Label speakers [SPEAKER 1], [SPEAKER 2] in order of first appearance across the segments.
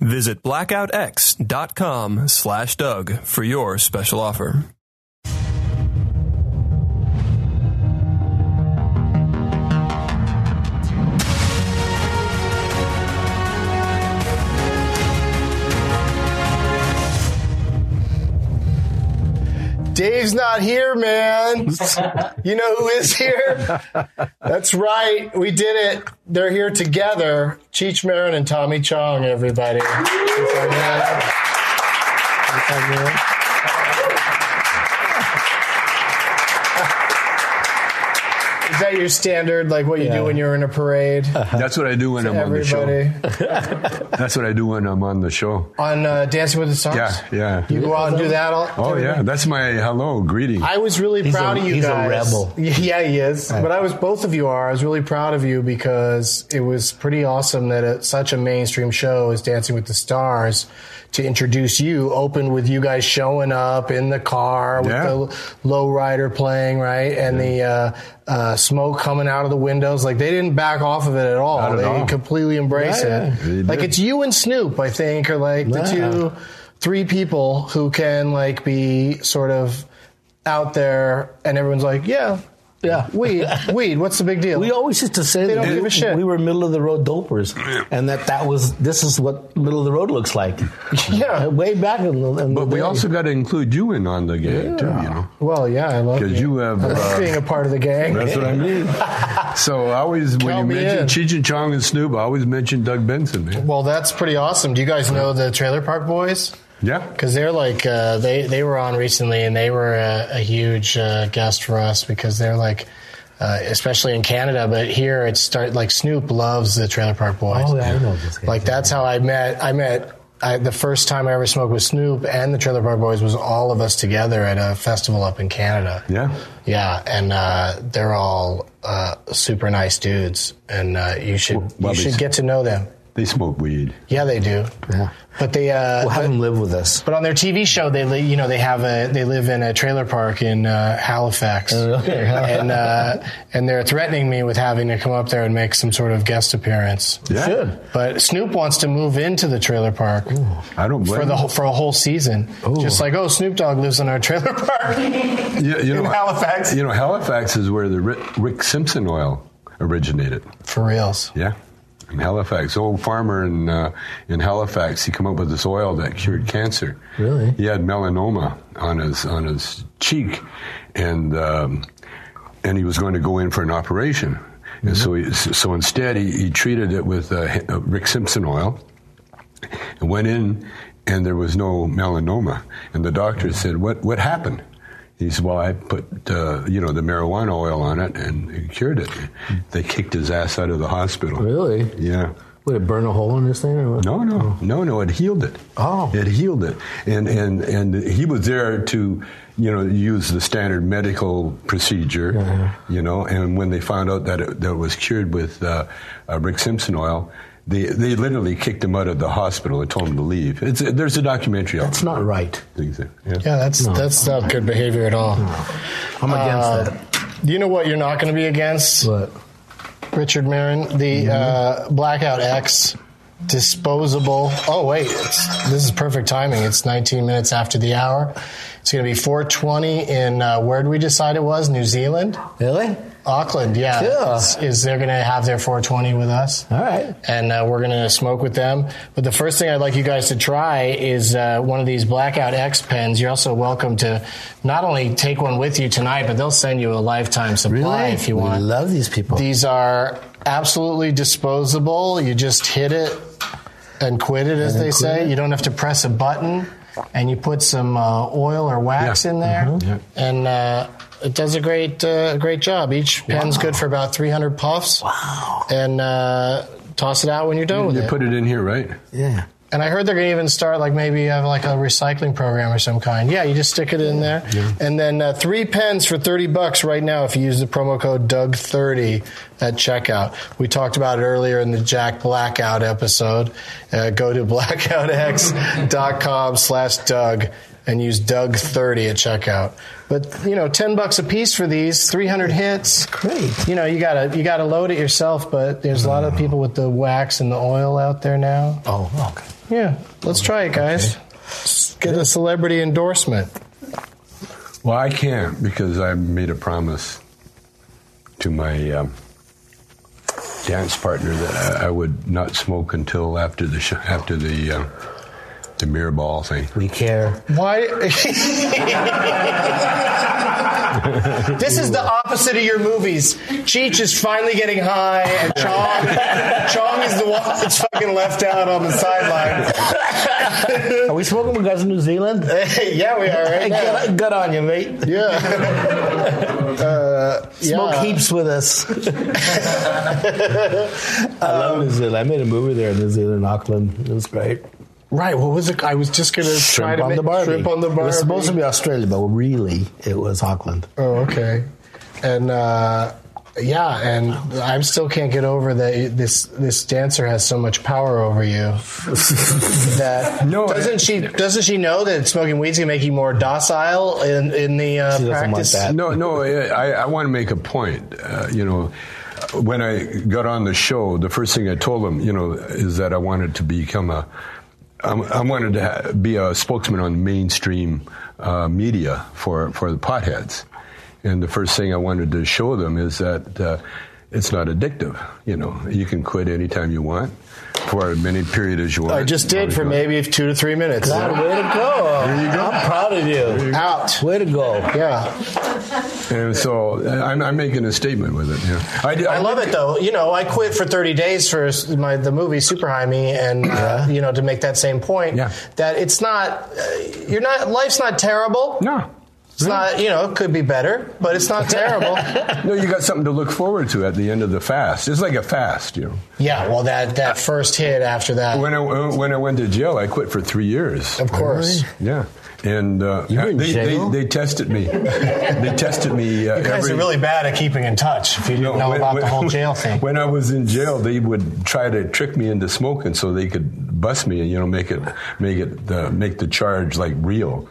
[SPEAKER 1] Visit blackoutx.com slash Doug for your special offer.
[SPEAKER 2] Dave's not here, man. You know who is here? That's right. We did it. They're here together. Cheech Marin and Tommy Chong, everybody. Yes, I am. Yes, I am. Is that your standard, like what you do when you're in a parade?
[SPEAKER 3] That's what I do when I'm on the
[SPEAKER 2] Everybody
[SPEAKER 3] show. That's what I do when I'm on the show.
[SPEAKER 2] on uh, Dancing with the Stars.
[SPEAKER 3] Yeah, yeah.
[SPEAKER 2] You go out and do that all.
[SPEAKER 3] Oh yeah, that's my hello greeting.
[SPEAKER 2] I was really
[SPEAKER 4] He's
[SPEAKER 2] proud
[SPEAKER 4] a-
[SPEAKER 2] of you
[SPEAKER 4] he's a
[SPEAKER 2] guys.
[SPEAKER 4] rebel.
[SPEAKER 2] Yeah, he is. But I was both of you are. I was really proud of you because it was pretty awesome that a, such a mainstream show as Dancing with the Stars to introduce you opened with you guys showing up in the car with
[SPEAKER 3] Yeah.
[SPEAKER 2] the low rider playing right and the uh, uh, smoke coming out of the windows. Like they didn't back off of it at all.
[SPEAKER 3] Not at
[SPEAKER 2] they
[SPEAKER 3] all.
[SPEAKER 2] completely embraced
[SPEAKER 4] Yeah, yeah.
[SPEAKER 2] it.
[SPEAKER 3] They
[SPEAKER 2] Like
[SPEAKER 3] did.
[SPEAKER 2] it's you and Snoop, I think, are like the
[SPEAKER 4] Yeah.
[SPEAKER 2] two, three people who can like be sort of out there, and everyone's like, yeah,
[SPEAKER 4] Yeah.
[SPEAKER 2] weed, weed. What's the big deal?
[SPEAKER 4] We always used to say
[SPEAKER 2] don't
[SPEAKER 4] that
[SPEAKER 2] give a
[SPEAKER 4] we,
[SPEAKER 2] shit.
[SPEAKER 4] we were middle of the road dopers, and that that was this is what middle of the road looks like.
[SPEAKER 2] Yeah.
[SPEAKER 4] way back in the. In the
[SPEAKER 3] but we
[SPEAKER 4] day.
[SPEAKER 3] also got to include you in on the game too, you know.
[SPEAKER 2] well, yeah, I love
[SPEAKER 3] 'Cause
[SPEAKER 2] it.
[SPEAKER 3] you have,
[SPEAKER 2] I love
[SPEAKER 3] uh,
[SPEAKER 2] being a part of the gang.
[SPEAKER 3] That's what I mean. So I always when
[SPEAKER 2] Count
[SPEAKER 3] you
[SPEAKER 2] me
[SPEAKER 3] mention
[SPEAKER 2] in.
[SPEAKER 3] Cheech and Chong and Snoop, I always mention Doug Benson, man.
[SPEAKER 2] Well, that's pretty awesome. Do you guys know the Trailer Park Boys?
[SPEAKER 3] Yeah.
[SPEAKER 2] Because they're like uh, they they were on recently, and they were a, a huge uh, guest for us because they're like, uh, especially in Canada, but here it's start like Snoop loves the Trailer Park Boys.
[SPEAKER 4] Oh, yeah, I know this guy.
[SPEAKER 2] Like that's how I met. I met I, the first time I ever smoked with Snoop and the Trailer Park Boys was all of us together at a festival up in Canada.
[SPEAKER 3] Yeah.
[SPEAKER 2] Yeah, and uh, they're all uh, super nice dudes, and uh, you should you
[SPEAKER 3] Wubbies.
[SPEAKER 2] should get to know them.
[SPEAKER 3] They smoke weed.
[SPEAKER 2] Yeah, they do.
[SPEAKER 4] Yeah.
[SPEAKER 2] But they uh,
[SPEAKER 4] We'll have
[SPEAKER 2] but-
[SPEAKER 4] him live with us.
[SPEAKER 2] but on their TV show, they li- you know they have a they live in a trailer park in uh, Halifax, and uh, and they're threatening me with having to come up there and make some sort of guest appearance.
[SPEAKER 3] Yeah.
[SPEAKER 4] Should.
[SPEAKER 2] But Snoop wants to move into the trailer park
[SPEAKER 3] I don't blame
[SPEAKER 2] for the
[SPEAKER 3] you.
[SPEAKER 2] whole, for a whole season, just like oh Snoop Dogg lives in our trailer park
[SPEAKER 3] You, you
[SPEAKER 2] in
[SPEAKER 3] know,
[SPEAKER 2] Halifax
[SPEAKER 3] you know, Halifax is where the Rick, Rick Simpson oil originated.
[SPEAKER 2] for reals.
[SPEAKER 3] Yeah. In Halifax, old farmer in uh, in Halifax, he come up with this oil that cured cancer.
[SPEAKER 4] Really?
[SPEAKER 3] He had melanoma on his on his cheek, and um, and he was going to go in for an operation. And so he, so instead, he, he treated it with uh, H- uh, Rick Simpson oil, and went in, and there was no melanoma. And the doctor said, "What what happened?" He said, "Well, I put uh, you know the marijuana oil on it and it cured it." They kicked his ass out of the hospital.
[SPEAKER 4] Really?
[SPEAKER 3] Yeah.
[SPEAKER 4] Would it burn a hole in this thing? Or what?
[SPEAKER 3] No, no, no, no. It healed it.
[SPEAKER 4] Oh.
[SPEAKER 3] it healed it, and and and he was there to, you know, use the standard medical procedure,
[SPEAKER 4] Yeah, yeah.
[SPEAKER 3] you know. And when they found out that it, that it was cured with uh, uh, Rick Simpson oil, they they literally kicked him out of the hospital and told him to leave. It's, there's a documentary. out
[SPEAKER 4] That's not right.
[SPEAKER 3] Things there, yeah.
[SPEAKER 2] Yeah, that's that's not good behavior at all.
[SPEAKER 4] I'm against
[SPEAKER 2] Uh,
[SPEAKER 4] that.
[SPEAKER 2] Do you know what you're not going to be against?
[SPEAKER 4] But
[SPEAKER 2] Richard Marin,
[SPEAKER 4] Mm-hmm.
[SPEAKER 2] the uh, Blackout X disposable. Oh wait, it's, this is perfect timing. It's 19 minutes after the hour. It's going to be 4:20 in uh, where did we decide it was? New Zealand,
[SPEAKER 4] really?
[SPEAKER 2] Auckland. Yeah,
[SPEAKER 4] Yeah.
[SPEAKER 2] It's- is they're going to have their 420 with us?
[SPEAKER 4] All right.
[SPEAKER 2] and uh, we're going to smoke with them. But the first thing I'd like you guys to try is uh, one of these Blackout X pens. You're also welcome to not only take one with you tonight, but they'll send you a lifetime supply if you want.
[SPEAKER 4] We love these people.
[SPEAKER 2] these are absolutely disposable. You just hit it and quit it, as they
[SPEAKER 4] quit
[SPEAKER 2] say.
[SPEAKER 4] it.
[SPEAKER 2] You don't have to press a button, and you put some uh, oil or wax
[SPEAKER 3] Yeah. Mm-hmm.
[SPEAKER 2] in there,
[SPEAKER 3] Yeah.
[SPEAKER 2] and. Uh, it does a great, uh, great job. Each pen's good for about 300 puffs
[SPEAKER 4] wow.
[SPEAKER 2] and uh, toss it out when you're done with
[SPEAKER 3] You
[SPEAKER 2] it.
[SPEAKER 3] put it in here, right?
[SPEAKER 4] Yeah.
[SPEAKER 2] and I heard they're going to even start like maybe have like a recycling program or some kind. Yeah, you just stick it in there, and then uh, three pens for thirty bucks right now if you use the promo code Doug thirty at checkout. We talked about it earlier in the Jack Blackout episode. Uh, go to blackoutx.com slash Doug and use Doug thirty at checkout. But you know, ten bucks a piece for these, three hundred hits.
[SPEAKER 4] Great.
[SPEAKER 2] You know, you gotta you gotta load it yourself. But there's a lot of people with the wax and the oil out there now.
[SPEAKER 4] Oh, okay.
[SPEAKER 2] Yeah, let's try it, guys. Get a celebrity endorsement.
[SPEAKER 3] Well, I can't because I made a promise to my um, dance partner that I, I would not smoke until after the sh- after the uh, the mirror ball thing.
[SPEAKER 4] We care.
[SPEAKER 2] Why? this is the opposite of your movies. Cheech is finally getting high, and Chong, Chong is the one that's fucking left out on the sideline.
[SPEAKER 4] Are we smoking with guys in New Zealand?
[SPEAKER 2] yeah, we are.
[SPEAKER 4] Hey,
[SPEAKER 2] Right now.
[SPEAKER 4] good, good on you, mate.
[SPEAKER 2] Yeah. Uh,
[SPEAKER 4] Smoke
[SPEAKER 2] yeah.
[SPEAKER 4] heaps with us. I love New Zealand. I made a movie there in New Zealand, Auckland. It was great.
[SPEAKER 2] Right. What was it? I was just gonna try
[SPEAKER 4] Shrimp
[SPEAKER 2] to
[SPEAKER 4] on
[SPEAKER 2] make
[SPEAKER 4] the Barbie.
[SPEAKER 2] shrimp on the
[SPEAKER 4] It
[SPEAKER 2] bar.
[SPEAKER 4] was supposed to be Australia, but really, it was Auckland.
[SPEAKER 2] Oh, okay. And uh, yeah, and I still can't get over that this this dancer has so much power over you. that
[SPEAKER 3] No,
[SPEAKER 2] doesn't
[SPEAKER 3] I-
[SPEAKER 2] she doesn't she know that smoking weed's gonna make you more docile in in the uh,
[SPEAKER 4] She doesn't want
[SPEAKER 2] practice?
[SPEAKER 4] that.
[SPEAKER 3] No, no, I, I want to make a point. Uh, you know, when I got on the show, the first thing I told them, you know, is that I wanted to become a, I, I wanted to ha- be a spokesman on mainstream uh, media for for the potheads, and the first thing I wanted to show them is that. Uh, it's not addictive, you know. You can quit anytime you want, for as many period as you want.
[SPEAKER 2] I just did for maybe two to three minutes.
[SPEAKER 4] God, way to go. I'm proud of you.
[SPEAKER 2] Out.
[SPEAKER 4] Way to go.
[SPEAKER 2] Yeah,
[SPEAKER 3] And so I'm, I'm making a statement with it. Yeah. I, did-
[SPEAKER 2] I love it though. You know, I quit for 30 days for s- my the movie Super High Me, and uh, you know to make that same point
[SPEAKER 3] Yeah.
[SPEAKER 2] that it's not, uh, you're not, life's not terrible.
[SPEAKER 3] No,
[SPEAKER 2] It's not, you know, it could be better, but it's not terrible.
[SPEAKER 3] No, you got something to look forward to at the end of the fast. It's like a fast, you know.
[SPEAKER 2] yeah, well, that, that first hit after that.
[SPEAKER 3] When I when I went to jail, I quit for three years.
[SPEAKER 2] Of course.
[SPEAKER 3] Yeah, and uh,
[SPEAKER 4] You were in
[SPEAKER 3] they,
[SPEAKER 4] jail?
[SPEAKER 3] they they tested me. they tested me. Uh,
[SPEAKER 2] You guys
[SPEAKER 3] every,
[SPEAKER 2] are really bad at keeping in touch if you didn't
[SPEAKER 3] No,
[SPEAKER 2] know
[SPEAKER 3] when-
[SPEAKER 2] about the
[SPEAKER 3] when-
[SPEAKER 2] whole jail thing.
[SPEAKER 3] When I was in jail, they would try to trick me into smoking so they could bust me and you know make it make it uh, make the charge like real.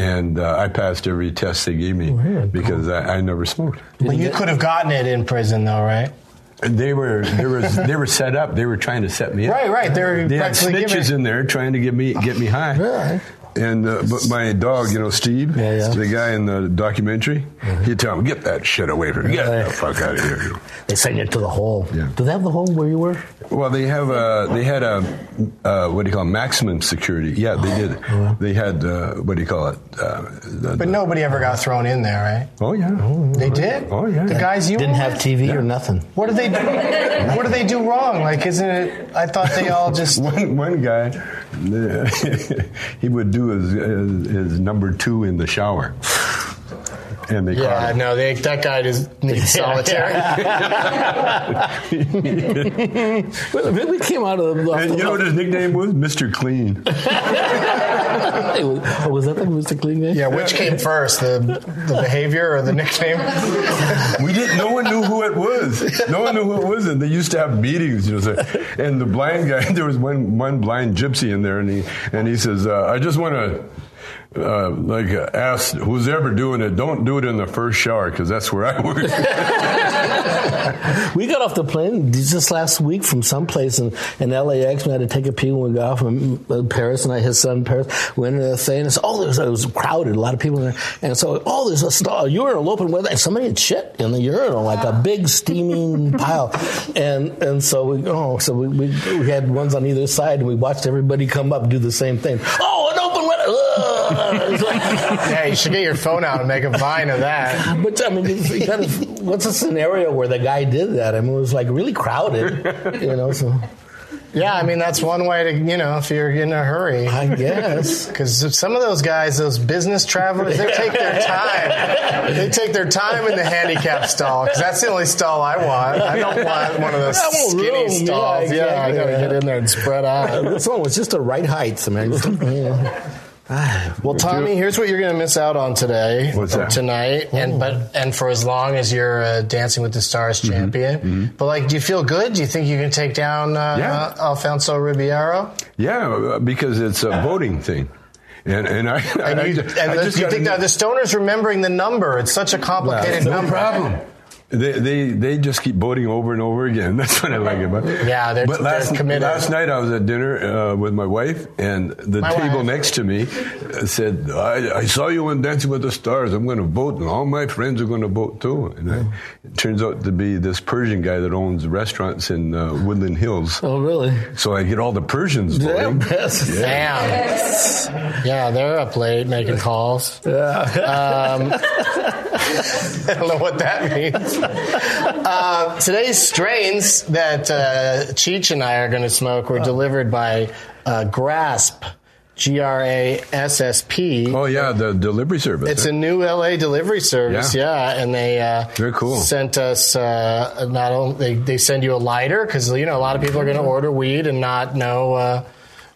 [SPEAKER 3] And uh, I passed every test they gave me because I, I never smoked.
[SPEAKER 2] Well, you could have gotten it in prison, though, right?
[SPEAKER 3] They were they were they were set up. They were trying to set me up.
[SPEAKER 2] Right, right. They were
[SPEAKER 3] They had
[SPEAKER 2] practically
[SPEAKER 3] snitches
[SPEAKER 2] giving-
[SPEAKER 3] in there trying to get me get me high.
[SPEAKER 4] Really?
[SPEAKER 3] And uh, but my dog, you know, Steve,
[SPEAKER 4] Yeah, yeah.
[SPEAKER 3] the guy in the documentary, he'd tell him, "Get that shit away from me! Get
[SPEAKER 4] Yeah.
[SPEAKER 3] the fuck out of here!"
[SPEAKER 4] They sent you to the hole.
[SPEAKER 3] Yeah.
[SPEAKER 4] Do they have the hole where you were?
[SPEAKER 3] Well, they have a they had a uh, what do you call it? maximum security? Yeah, they did. They had uh, what do you call it? Uh, the-
[SPEAKER 2] But nobody ever got thrown in there,
[SPEAKER 3] oh yeah,
[SPEAKER 2] right? They did?
[SPEAKER 3] Oh, yeah.
[SPEAKER 2] The guys you
[SPEAKER 4] Didn't
[SPEAKER 2] were
[SPEAKER 4] have
[SPEAKER 2] with?
[SPEAKER 4] TV or nothing.
[SPEAKER 2] What did they do? What did they do wrong? Like, isn't it? I thought they all just.
[SPEAKER 3] One, one guy, he would do his, his, his number two in the shower, and they caught
[SPEAKER 2] Yeah,
[SPEAKER 3] him.
[SPEAKER 2] no, they, that guy just needs solitary.
[SPEAKER 4] Well, then we came out of the.
[SPEAKER 3] And you know what his nickname was? Mr. Clean.
[SPEAKER 4] oh, was that the Mr. Clean guy?
[SPEAKER 2] Yeah, which came first, the the behavior or the nickname?
[SPEAKER 3] We didn't. No one knew who it was. No one knew who it was, and they used to have meetings. You know, so- and the blind guy. There was one one blind gypsy in there, and he and he says, uh, "I just want to." Uh, like uh, ask who's ever doing it. Don't do it in the first shower because that's where I work.
[SPEAKER 4] We got off the plane just last week from someplace in, in LAX. We had to take a pee when we got off from uh, Paris, and I his son in Paris went into the thing. And so, oh, there's it was crowded, a lot of people in there, and so oh, there's a, st- a urinal open with and somebody had shit in the urinal, like a big steaming pile, and and so we oh, so we, we we had ones on either side, and we watched everybody come up do the same thing. Oh, an open window. Ugh. It's like-
[SPEAKER 2] Yeah, you should get your phone out and make a vine of that.
[SPEAKER 4] But I mean, it's it kind of, what's a scenario where the guy did that? I mean, it was like really crowded, you know. So
[SPEAKER 2] Yeah, I mean that's one way to you know if you're in a hurry.
[SPEAKER 4] I guess
[SPEAKER 2] Because some of those guys, those business travelers, they take their time. They take their time in the handicap stall because that's the only stall I want. I don't want one of those
[SPEAKER 4] I want
[SPEAKER 2] skinny
[SPEAKER 4] room, yeah,
[SPEAKER 2] stalls. Yeah, I gotta
[SPEAKER 4] exactly.
[SPEAKER 2] get in there and spread out.
[SPEAKER 4] Uh, this one was just the right heights, man. Just, you know. Ah,
[SPEAKER 2] Well, Tommy, here's what you're going to miss out on today,
[SPEAKER 3] What's
[SPEAKER 2] or
[SPEAKER 3] that?
[SPEAKER 2] tonight, and but and for as long as you're uh, Dancing with the Stars champion. But like, do you feel good? Do you think you can take down uh,
[SPEAKER 3] Yeah.
[SPEAKER 2] Alfonso Ribeiro?
[SPEAKER 3] uh, yeah, because it's a voting thing. And and I,
[SPEAKER 2] And
[SPEAKER 3] I,
[SPEAKER 2] you,
[SPEAKER 3] just-
[SPEAKER 2] and
[SPEAKER 3] I
[SPEAKER 2] the-
[SPEAKER 3] just
[SPEAKER 2] you
[SPEAKER 3] got
[SPEAKER 2] think
[SPEAKER 3] a
[SPEAKER 2] now
[SPEAKER 3] new-
[SPEAKER 2] the stoner's remembering the number. It's such a complicated
[SPEAKER 3] no
[SPEAKER 2] number.
[SPEAKER 3] problem. They, they they just keep voting over and over again. That's what I like about. it.
[SPEAKER 2] Yeah, they're-
[SPEAKER 3] but last,
[SPEAKER 2] they're committed.
[SPEAKER 3] Last night I was at dinner uh, with my wife, and the
[SPEAKER 2] My
[SPEAKER 3] table
[SPEAKER 2] wife.
[SPEAKER 3] next to me uh, said, "I, I saw you on Dancing with the Stars. I'm going to vote, and all my friends are going to vote too." And I, it turns out to be this Persian guy that owns restaurants in uh, Woodland Hills.
[SPEAKER 4] Oh, really?
[SPEAKER 3] So I get all the Persians
[SPEAKER 4] Yeah,
[SPEAKER 3] voting.
[SPEAKER 4] yes.
[SPEAKER 2] Damn. Yeah, they're up late making calls. Um, I don't know what that means. Uh, today's strains that uh, Cheech and I are going to smoke were delivered by uh, Grasp, G R A S S P.
[SPEAKER 3] Oh yeah, the delivery service.
[SPEAKER 2] It's a new LA delivery service, yeah, and they uh,
[SPEAKER 3] Very cool.
[SPEAKER 2] sent us uh, not only they, they send you a lighter because you know a lot of people are going to order weed and not know, uh,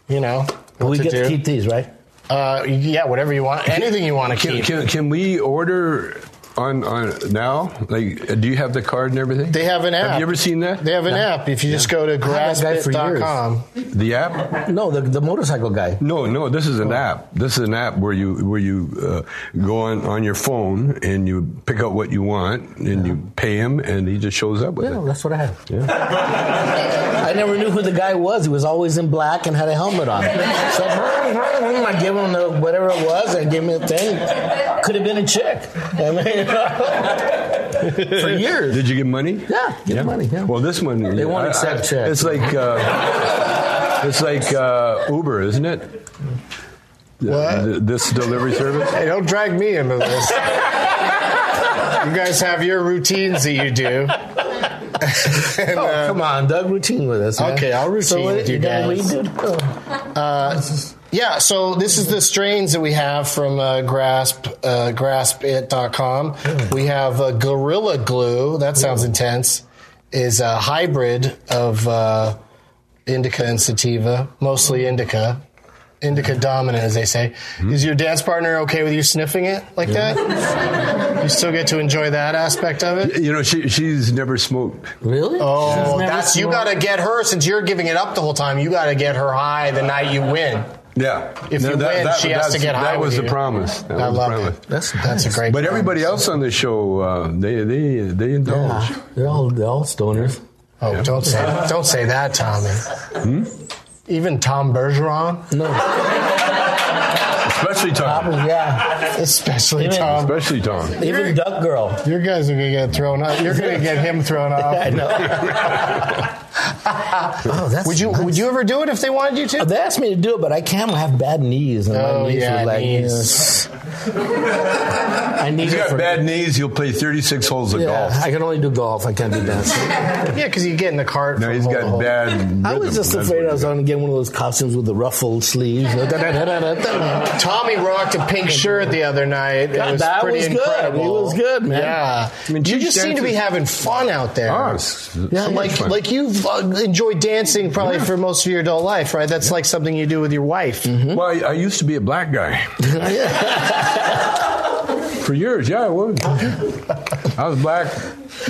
[SPEAKER 2] you know, what
[SPEAKER 4] We
[SPEAKER 2] to
[SPEAKER 4] get
[SPEAKER 2] do.
[SPEAKER 4] to keep these, right?
[SPEAKER 2] uh, yeah, whatever you want, anything you want to
[SPEAKER 3] Can,
[SPEAKER 2] keep.
[SPEAKER 3] can, can we order on on now? Like, uh, do you have the card and everything?
[SPEAKER 2] they have an app.
[SPEAKER 3] Have you ever seen that?
[SPEAKER 2] They have an app. If you just go to
[SPEAKER 4] had that guy for
[SPEAKER 2] graspit.com.
[SPEAKER 3] the app?
[SPEAKER 4] No, the, the motorcycle guy.
[SPEAKER 3] No, no. This is
[SPEAKER 4] Oh.
[SPEAKER 3] an app. This is an app where you where you uh, go on on your phone and you pick out what you want and you pay him and he just shows up with
[SPEAKER 4] Yeah,
[SPEAKER 3] it.
[SPEAKER 4] that's what I have. I never knew who the guy was. He was always in black and had a helmet on. So I give him the, whatever it was. I give him the thing. Could have been a chick. I mean, for years.
[SPEAKER 3] Did you give money?
[SPEAKER 4] Yeah, give money. Yeah.
[SPEAKER 3] Well, this one
[SPEAKER 4] They won't accept checks.
[SPEAKER 3] It's like uh, it's like uh, Uber, isn't it?
[SPEAKER 2] What?
[SPEAKER 3] Th- This delivery service.
[SPEAKER 2] Hey, don't drag me into this. you guys have your routines that you do. And,
[SPEAKER 4] oh,
[SPEAKER 2] uh,
[SPEAKER 4] come on, Doug. Routine with us. man.
[SPEAKER 2] Okay, I'll routine
[SPEAKER 4] so what-
[SPEAKER 2] with you
[SPEAKER 4] then
[SPEAKER 2] guys.
[SPEAKER 4] We do,
[SPEAKER 2] Yeah, so this is the strains that we have from uh, grasp uh, graspit.com. We have uh, Gorilla Glue. That sounds intense. Is a hybrid of uh, indica and sativa, mostly indica. Indica dominant, as they say.
[SPEAKER 3] Hmm?
[SPEAKER 2] Is your dance partner okay with you sniffing it like that? you still get to enjoy that aspect of it.
[SPEAKER 3] You know, she she's never smoked.
[SPEAKER 4] really?
[SPEAKER 2] Oh, that's you got to get her since you're giving it up the whole time. You got to get her high the night you win.
[SPEAKER 3] Yeah.
[SPEAKER 2] If you win, she has to
[SPEAKER 3] that's-
[SPEAKER 2] get high
[SPEAKER 3] That
[SPEAKER 2] with
[SPEAKER 3] was
[SPEAKER 2] you.
[SPEAKER 3] the promise. That
[SPEAKER 2] I
[SPEAKER 3] was
[SPEAKER 2] love
[SPEAKER 3] the
[SPEAKER 2] it.
[SPEAKER 3] promise.
[SPEAKER 4] That's
[SPEAKER 2] That's a
[SPEAKER 4] nice.
[SPEAKER 2] great.
[SPEAKER 3] But everybody else on the show, uh, they they they indulge.
[SPEAKER 4] Yeah, they're all they're all stoners.
[SPEAKER 2] Oh, don't say don't say that, Tommy.
[SPEAKER 3] Hmm?
[SPEAKER 2] Even Tom Bergeron,
[SPEAKER 4] No,
[SPEAKER 3] Especially
[SPEAKER 2] Oh,
[SPEAKER 3] Tom.
[SPEAKER 4] probably yeah.
[SPEAKER 2] especially
[SPEAKER 4] Even-
[SPEAKER 2] Tom.
[SPEAKER 3] Especially Tom.
[SPEAKER 4] Even Duck Girl.
[SPEAKER 2] Your guys are gonna get thrown off. You're gonna get him thrown
[SPEAKER 4] I
[SPEAKER 2] off.
[SPEAKER 4] know. oh, that's
[SPEAKER 2] Would you
[SPEAKER 4] nice.
[SPEAKER 2] Would you ever do it if they wanted you to?
[SPEAKER 4] Oh, They asked me to do it, but I can't. I have bad knees, and
[SPEAKER 2] Oh,
[SPEAKER 4] my knees
[SPEAKER 2] yeah,
[SPEAKER 4] were like.
[SPEAKER 2] knees.
[SPEAKER 4] I need
[SPEAKER 3] He's
[SPEAKER 4] it
[SPEAKER 3] got
[SPEAKER 4] for-
[SPEAKER 3] bad knees. He'll play 36 holes of
[SPEAKER 4] Yeah,
[SPEAKER 3] golf.
[SPEAKER 4] I can only do golf. I can't do dancing.
[SPEAKER 2] Yeah, because you get in the cart.
[SPEAKER 3] No,
[SPEAKER 2] from
[SPEAKER 3] he's
[SPEAKER 2] hole to
[SPEAKER 3] got
[SPEAKER 2] hole.
[SPEAKER 3] bad. Rhythm.
[SPEAKER 4] I was just
[SPEAKER 3] That's
[SPEAKER 4] afraid
[SPEAKER 3] what
[SPEAKER 4] I was
[SPEAKER 3] he
[SPEAKER 4] going to get one of those costumes with the ruffled sleeves.
[SPEAKER 2] Tommy rocked a pink shirt the other night. It
[SPEAKER 4] God,
[SPEAKER 2] was
[SPEAKER 4] that
[SPEAKER 2] pretty
[SPEAKER 4] was good.
[SPEAKER 2] incredible.
[SPEAKER 4] He was good, man.
[SPEAKER 2] Yeah,
[SPEAKER 3] I mean,
[SPEAKER 2] you
[SPEAKER 3] Chief
[SPEAKER 2] just seem to be
[SPEAKER 3] dances-
[SPEAKER 2] having fun out there.
[SPEAKER 3] Ah, it's- it's
[SPEAKER 4] Yeah,
[SPEAKER 3] so much
[SPEAKER 2] like
[SPEAKER 3] fun.
[SPEAKER 2] like you've uh, enjoyed dancing probably for most of your adult life, right? That's like something you do with your wife.
[SPEAKER 4] Mm-hmm.
[SPEAKER 3] Well, I, I used to be a black guy for years. Yeah, I was. I was black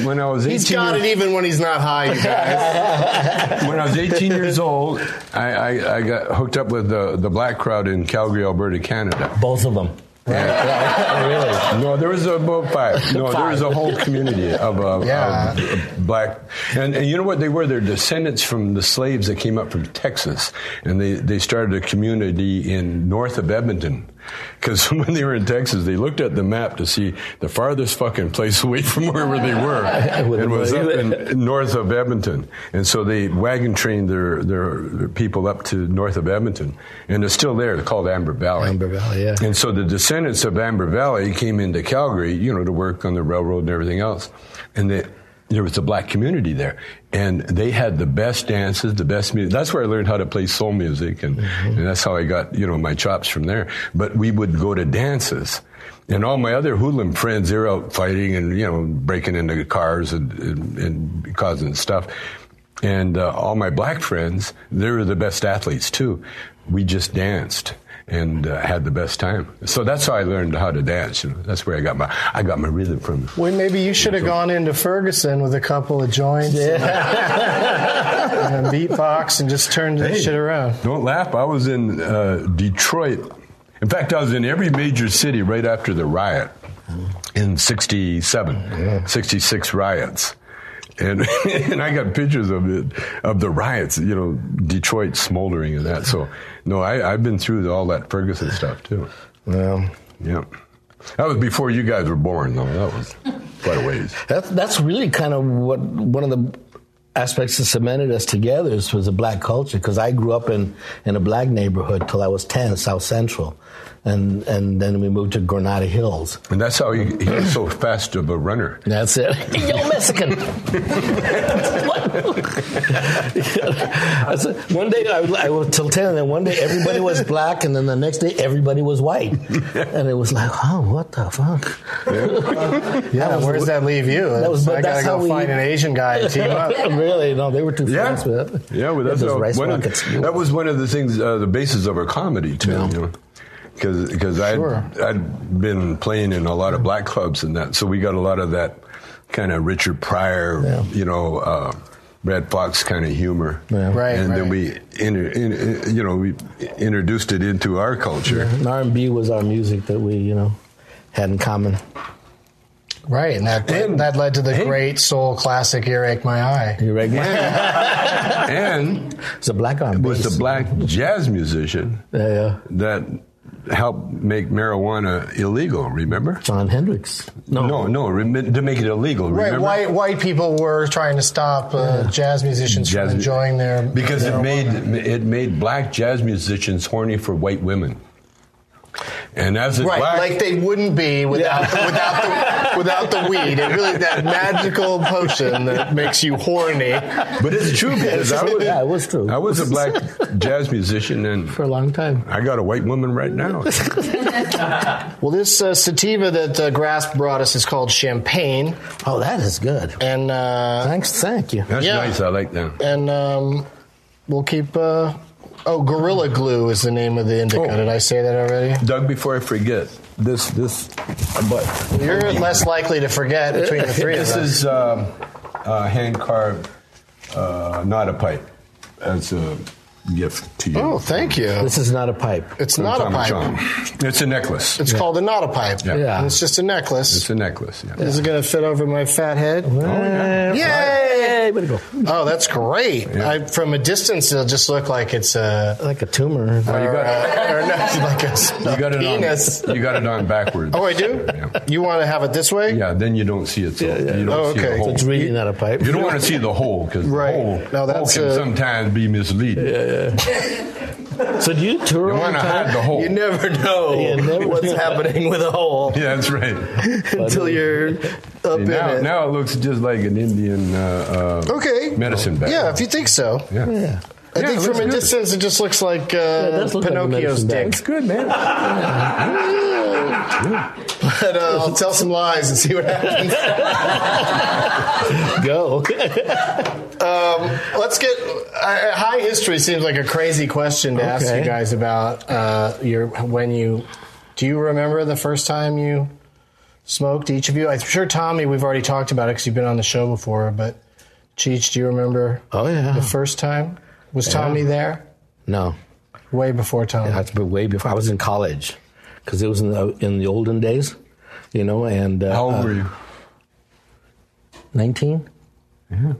[SPEAKER 3] when I was 18.
[SPEAKER 2] He's got
[SPEAKER 3] years-
[SPEAKER 2] it even when he's not high, you guys.
[SPEAKER 3] when I was 18 years old, I, I, I got hooked up with the, the black crowd in Calgary, Alberta, Canada.
[SPEAKER 4] Both of them. really?
[SPEAKER 3] No, there was about five. No, there was a whole community of, uh, of
[SPEAKER 2] Yeah.
[SPEAKER 3] black. And, and you know what they were? They're descendants from the slaves that came up from Texas. And they, they started a community in north of Edmonton. Because when they were in Texas, they looked at the map to see the farthest fucking place away from wherever they were.
[SPEAKER 4] With
[SPEAKER 3] it
[SPEAKER 4] the
[SPEAKER 3] was up
[SPEAKER 4] money.
[SPEAKER 3] in north of Edmonton. And so they wagon trained their, their people up to north of Edmonton. And it's still there. It's called Amber Valley.
[SPEAKER 4] Amber Valley, yeah.
[SPEAKER 3] And so the descendants of Amber Valley came into Calgary, you know, to work on the railroad and everything else. And they, there was a black community there. And they had the best dances, the best music. That's where I learned how to play soul music. And, and that's how I got, you know, my chops from there. But we would go to dances. And all my other hoodlum friends, they're out fighting and, you know, breaking into cars and, and, and causing stuff. And uh, all my black friends, they were the best athletes too. We just danced and uh, had the best time. So that's how I learned how to dance. You know, that's where I got my I got my rhythm from.
[SPEAKER 2] Well, maybe you should have gone into Ferguson with a couple of joints and, and beatbox and just turned this shit around.
[SPEAKER 3] Don't laugh. I was in uh, Detroit In fact, I was in every major city right after the riot in 67, 66 riots. And, and I got pictures of it, of the riots, you know, Detroit smoldering and that. So, no, I, I've been through all that Ferguson stuff too.
[SPEAKER 2] Well,
[SPEAKER 3] Yeah. That was before you guys were born, though. That was quite a ways.
[SPEAKER 4] That's that's really kind of what one of the aspects that cemented us together is, was the black culture because I grew up in, in a black neighborhood till I was ten, South Central, and and then we moved to Granada Hills.
[SPEAKER 3] And that's how he, he was so fast of a runner.
[SPEAKER 4] That's it. Yo, Mexican. what? I said, one day I, was- I was till ten, and then one day everybody was black, and then the next day everybody was white, and it was like, oh, what the fuck?
[SPEAKER 2] yeah.
[SPEAKER 4] was
[SPEAKER 2] where
[SPEAKER 4] the-
[SPEAKER 2] does that leave you?
[SPEAKER 4] That was- but
[SPEAKER 2] I gotta
[SPEAKER 4] that's how
[SPEAKER 2] go
[SPEAKER 4] we-
[SPEAKER 2] find an Asian guy and team up.
[SPEAKER 4] really? No, they were too
[SPEAKER 3] Yeah.
[SPEAKER 4] fast with it.
[SPEAKER 3] Yeah, well,
[SPEAKER 4] They had
[SPEAKER 3] that's
[SPEAKER 4] those
[SPEAKER 2] uh,
[SPEAKER 3] how-
[SPEAKER 4] rice
[SPEAKER 3] one of-
[SPEAKER 4] rockets.
[SPEAKER 3] that was one of the things, uh, the basis of our comedy, too.
[SPEAKER 4] Yeah.
[SPEAKER 3] You know? Because I'd,
[SPEAKER 2] Sure.
[SPEAKER 3] I'd been playing in a lot of black clubs and that, so we got a lot of that kind of Richard Pryor,
[SPEAKER 4] Yeah.
[SPEAKER 3] you know, uh, Red Fox kind of humor.
[SPEAKER 4] Yeah.
[SPEAKER 2] Right,
[SPEAKER 3] And
[SPEAKER 2] right.
[SPEAKER 3] then we, inter, in, you know, we introduced it into our culture.
[SPEAKER 4] And R and B was our music that we, you know, had in common.
[SPEAKER 2] Right, and that
[SPEAKER 3] And-
[SPEAKER 2] that led to the
[SPEAKER 3] and-
[SPEAKER 2] great soul classic "Earache My Eye."
[SPEAKER 4] You right, man?
[SPEAKER 3] And
[SPEAKER 4] It's a black on
[SPEAKER 3] was the black jazz musician
[SPEAKER 4] Yeah, yeah.
[SPEAKER 3] that helped make marijuana illegal. Remember?
[SPEAKER 4] John Hendricks.
[SPEAKER 3] no, no rem- to make it illegal.
[SPEAKER 2] Right,
[SPEAKER 3] Remember?
[SPEAKER 2] white white people were trying to stop uh, jazz musicians
[SPEAKER 3] Jazz-
[SPEAKER 2] from enjoying their
[SPEAKER 3] because
[SPEAKER 2] their
[SPEAKER 3] it made it made black jazz musicians horny for white women. And as a
[SPEAKER 2] Right,
[SPEAKER 3] black,
[SPEAKER 2] like they wouldn't be without without the, without the weed. It really that magical potion that makes you horny.
[SPEAKER 3] but it's true because I was,
[SPEAKER 4] Yeah, it was true.
[SPEAKER 3] I was a black jazz musician and
[SPEAKER 4] for a long time.
[SPEAKER 3] I got a white woman right now.
[SPEAKER 2] Well, this uh, sativa that uh, Grasp brought us is called Champagne,
[SPEAKER 4] Oh, that is good.
[SPEAKER 2] and uh,
[SPEAKER 4] Thanks, thank you.
[SPEAKER 3] That's
[SPEAKER 2] Yeah.
[SPEAKER 3] nice. I like that.
[SPEAKER 2] and um, we'll keep. Uh, oh, Gorilla Glue is the name of the indica.
[SPEAKER 3] Oh.
[SPEAKER 2] Did I say that already?
[SPEAKER 3] Doug, before I forget, this this but
[SPEAKER 2] You're less likely to forget between the three of
[SPEAKER 3] this
[SPEAKER 2] us.
[SPEAKER 3] is um, uh, hand carved, uh, not a pipe. That's a gift to you.
[SPEAKER 2] Oh, thank you.
[SPEAKER 4] This is not a pipe.
[SPEAKER 2] It's
[SPEAKER 3] From
[SPEAKER 2] not a
[SPEAKER 3] Tommy
[SPEAKER 2] pipe.
[SPEAKER 3] Chong. It's a necklace.
[SPEAKER 2] It's called a not a pipe.
[SPEAKER 3] Yeah.
[SPEAKER 4] Yeah.
[SPEAKER 2] And it's just a necklace.
[SPEAKER 3] It's a necklace. Yeah.
[SPEAKER 2] Is it going to fit over my fat head?
[SPEAKER 3] Oh, yeah.
[SPEAKER 2] Yay!
[SPEAKER 4] Yay! Way to go.
[SPEAKER 2] Oh, that's great.
[SPEAKER 3] Yeah.
[SPEAKER 2] I, from a distance, it'll just look like it's a.
[SPEAKER 4] Like a tumor.
[SPEAKER 2] Or,
[SPEAKER 3] got-
[SPEAKER 2] uh, or no, like a
[SPEAKER 3] You got it
[SPEAKER 2] penis.
[SPEAKER 3] on. You got it on backwards.
[SPEAKER 2] Oh, I do?
[SPEAKER 3] Yeah.
[SPEAKER 2] You want to have it this way?
[SPEAKER 3] Yeah, then you don't see it. So You don't
[SPEAKER 2] Oh,
[SPEAKER 3] see
[SPEAKER 2] okay.
[SPEAKER 3] the whole.
[SPEAKER 4] it's really not a pipe.
[SPEAKER 3] you don't want to see the whole because
[SPEAKER 2] Right.
[SPEAKER 3] the whole,
[SPEAKER 2] No,
[SPEAKER 3] whole
[SPEAKER 2] that's
[SPEAKER 3] can
[SPEAKER 2] a-
[SPEAKER 3] sometimes be misleading.
[SPEAKER 4] So do you tour
[SPEAKER 3] You
[SPEAKER 4] all
[SPEAKER 3] want
[SPEAKER 4] the
[SPEAKER 3] to
[SPEAKER 4] time?
[SPEAKER 3] hide the whole.
[SPEAKER 2] You never know
[SPEAKER 4] You never
[SPEAKER 2] what's
[SPEAKER 4] know.
[SPEAKER 2] happening with a hole
[SPEAKER 3] yeah, that's right.
[SPEAKER 2] until you're up
[SPEAKER 3] See,
[SPEAKER 2] in
[SPEAKER 3] now,
[SPEAKER 2] it.
[SPEAKER 3] now it looks just like an Indian uh, uh,
[SPEAKER 2] okay.
[SPEAKER 3] medicine bag.
[SPEAKER 2] Yeah, if you think so.
[SPEAKER 3] yeah.
[SPEAKER 4] Yeah.
[SPEAKER 2] I
[SPEAKER 3] Yeah,
[SPEAKER 2] think
[SPEAKER 3] it
[SPEAKER 2] from
[SPEAKER 3] looks
[SPEAKER 2] a
[SPEAKER 3] good.
[SPEAKER 2] distance, it just looks like uh,
[SPEAKER 4] does look like a
[SPEAKER 2] Pinocchio's
[SPEAKER 4] medicine bag.
[SPEAKER 2] dick.
[SPEAKER 4] It's
[SPEAKER 3] good, man.
[SPEAKER 2] But uh, I'll tell some lies and see what happens.
[SPEAKER 4] Go.
[SPEAKER 2] Um, let's get uh, high history. Seems like a crazy question to ask
[SPEAKER 4] Okay.
[SPEAKER 2] you guys about uh, your when you. Do you remember the first time you smoked? Each of you, I'm sure Tommy. We've already talked about it because you've been on the show before. But Cheech, do you remember
[SPEAKER 4] oh, yeah.
[SPEAKER 2] the first time? Was Tommy there?
[SPEAKER 4] no.
[SPEAKER 2] Way before Tommy.
[SPEAKER 4] That's been way before. I was in college because it was in the, in the olden days, you know, and. Uh,
[SPEAKER 3] How old
[SPEAKER 4] uh,
[SPEAKER 3] were you?
[SPEAKER 4] 19?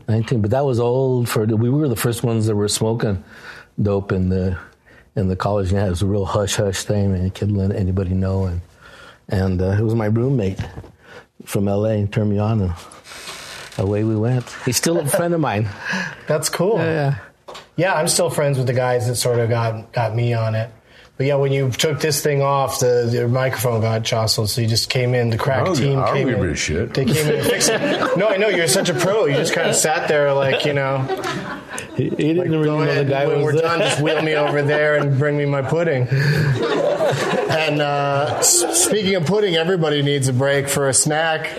[SPEAKER 4] 19. But that was old for, we were the first ones that were smoking dope in the, in the college. Yeah, it was a real hush hush thing, man. You couldn't let anybody know. And, and uh, it was my roommate from LA and turned me on and away we went. He's still a friend of mine.
[SPEAKER 2] That's cool.
[SPEAKER 4] Yeah.
[SPEAKER 2] Yeah, I'm still friends with the guys that sort of got got me on it. But yeah, when you took this thing off, the, the microphone got jostled, so you just came in. The crack
[SPEAKER 3] Oh,
[SPEAKER 2] team
[SPEAKER 3] I
[SPEAKER 2] came
[SPEAKER 3] remember
[SPEAKER 2] in.
[SPEAKER 3] shit.
[SPEAKER 2] They came in and fixed it. No, I know you're such a pro. You just kind of sat there, like you know,
[SPEAKER 4] He, he didn't
[SPEAKER 2] like,
[SPEAKER 4] really
[SPEAKER 2] go
[SPEAKER 4] know the
[SPEAKER 2] ahead.
[SPEAKER 4] guy
[SPEAKER 2] when
[SPEAKER 4] was
[SPEAKER 2] we're
[SPEAKER 4] there.
[SPEAKER 2] done, just wheel me over there and bring me my pudding. and uh, s- speaking of pudding, everybody needs a break for a snack.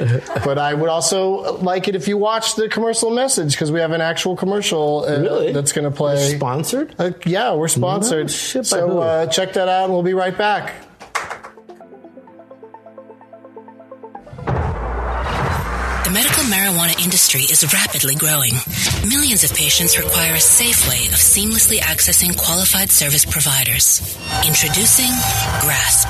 [SPEAKER 2] But I would also like it if you watch the commercial message because we have an actual commercial uh,
[SPEAKER 4] Really?
[SPEAKER 2] that's going to play.
[SPEAKER 4] Sponsored?
[SPEAKER 2] Uh, yeah, we're sponsored.
[SPEAKER 4] No shit, by
[SPEAKER 2] so
[SPEAKER 4] who?
[SPEAKER 2] uh, check that out, and we'll be right back.
[SPEAKER 5] The medical marijuana industry is rapidly growing. Millions of patients require a safe way of seamlessly accessing qualified service providers. Introducing GRASP.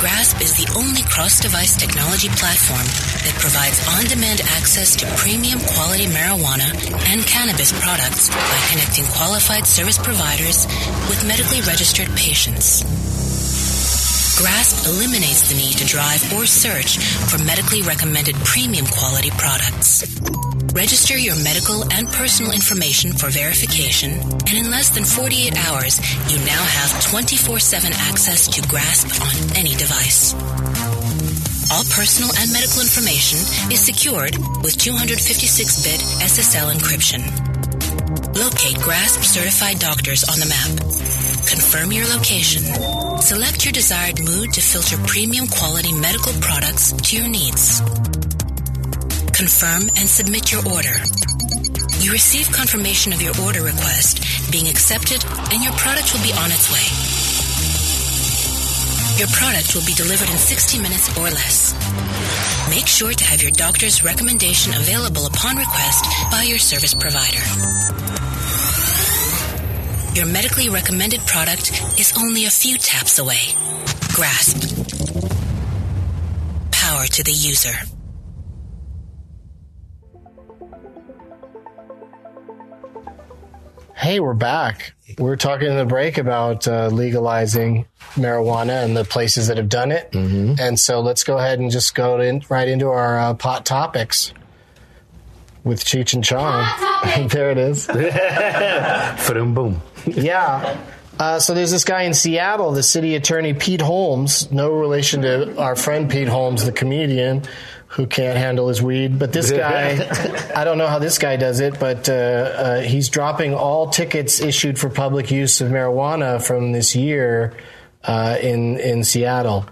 [SPEAKER 5] GRASP is the only cross device technology platform that provides on demand access to premium quality marijuana and cannabis products by connecting qualified service providers with medically registered patients. GRASP eliminates the need to drive or search for medically recommended premium quality products. Register your medical and personal information for verification, and in less than 48 hours, you now have 24 7 access to GRASP on any device. All personal and medical information is secured with 256 bit SSL encryption. Locate GRASP certified doctors on the map. Confirm your location. Select your desired mood to filter premium quality medical products to your needs. Confirm and submit your order. You receive confirmation of your order request being accepted, and your product will be on its way. Your product will be delivered in 60 minutes or less. Make sure to have your doctor's recommendation available upon request by your service provider. Your medically recommended product is only a few taps away. Grasp. Power to the user.
[SPEAKER 2] Hey, we're back. We We're talking in the break about uh, legalizing marijuana and the places that have done it.
[SPEAKER 4] Mm-hmm.
[SPEAKER 2] And so let's go ahead and just go in, right into our uh, pot topics with Cheech and Chong. there it is.
[SPEAKER 4] Boom, boom.
[SPEAKER 2] Yeah. Uh, so there's this guy in Seattle, the city attorney Pete Holmes, no relation to our friend Pete Holmes, the comedian who can't handle his weed. But this guy, I don't know how this guy does it, but uh, uh, he's dropping all tickets issued for public use of marijuana from this year uh, in in Seattle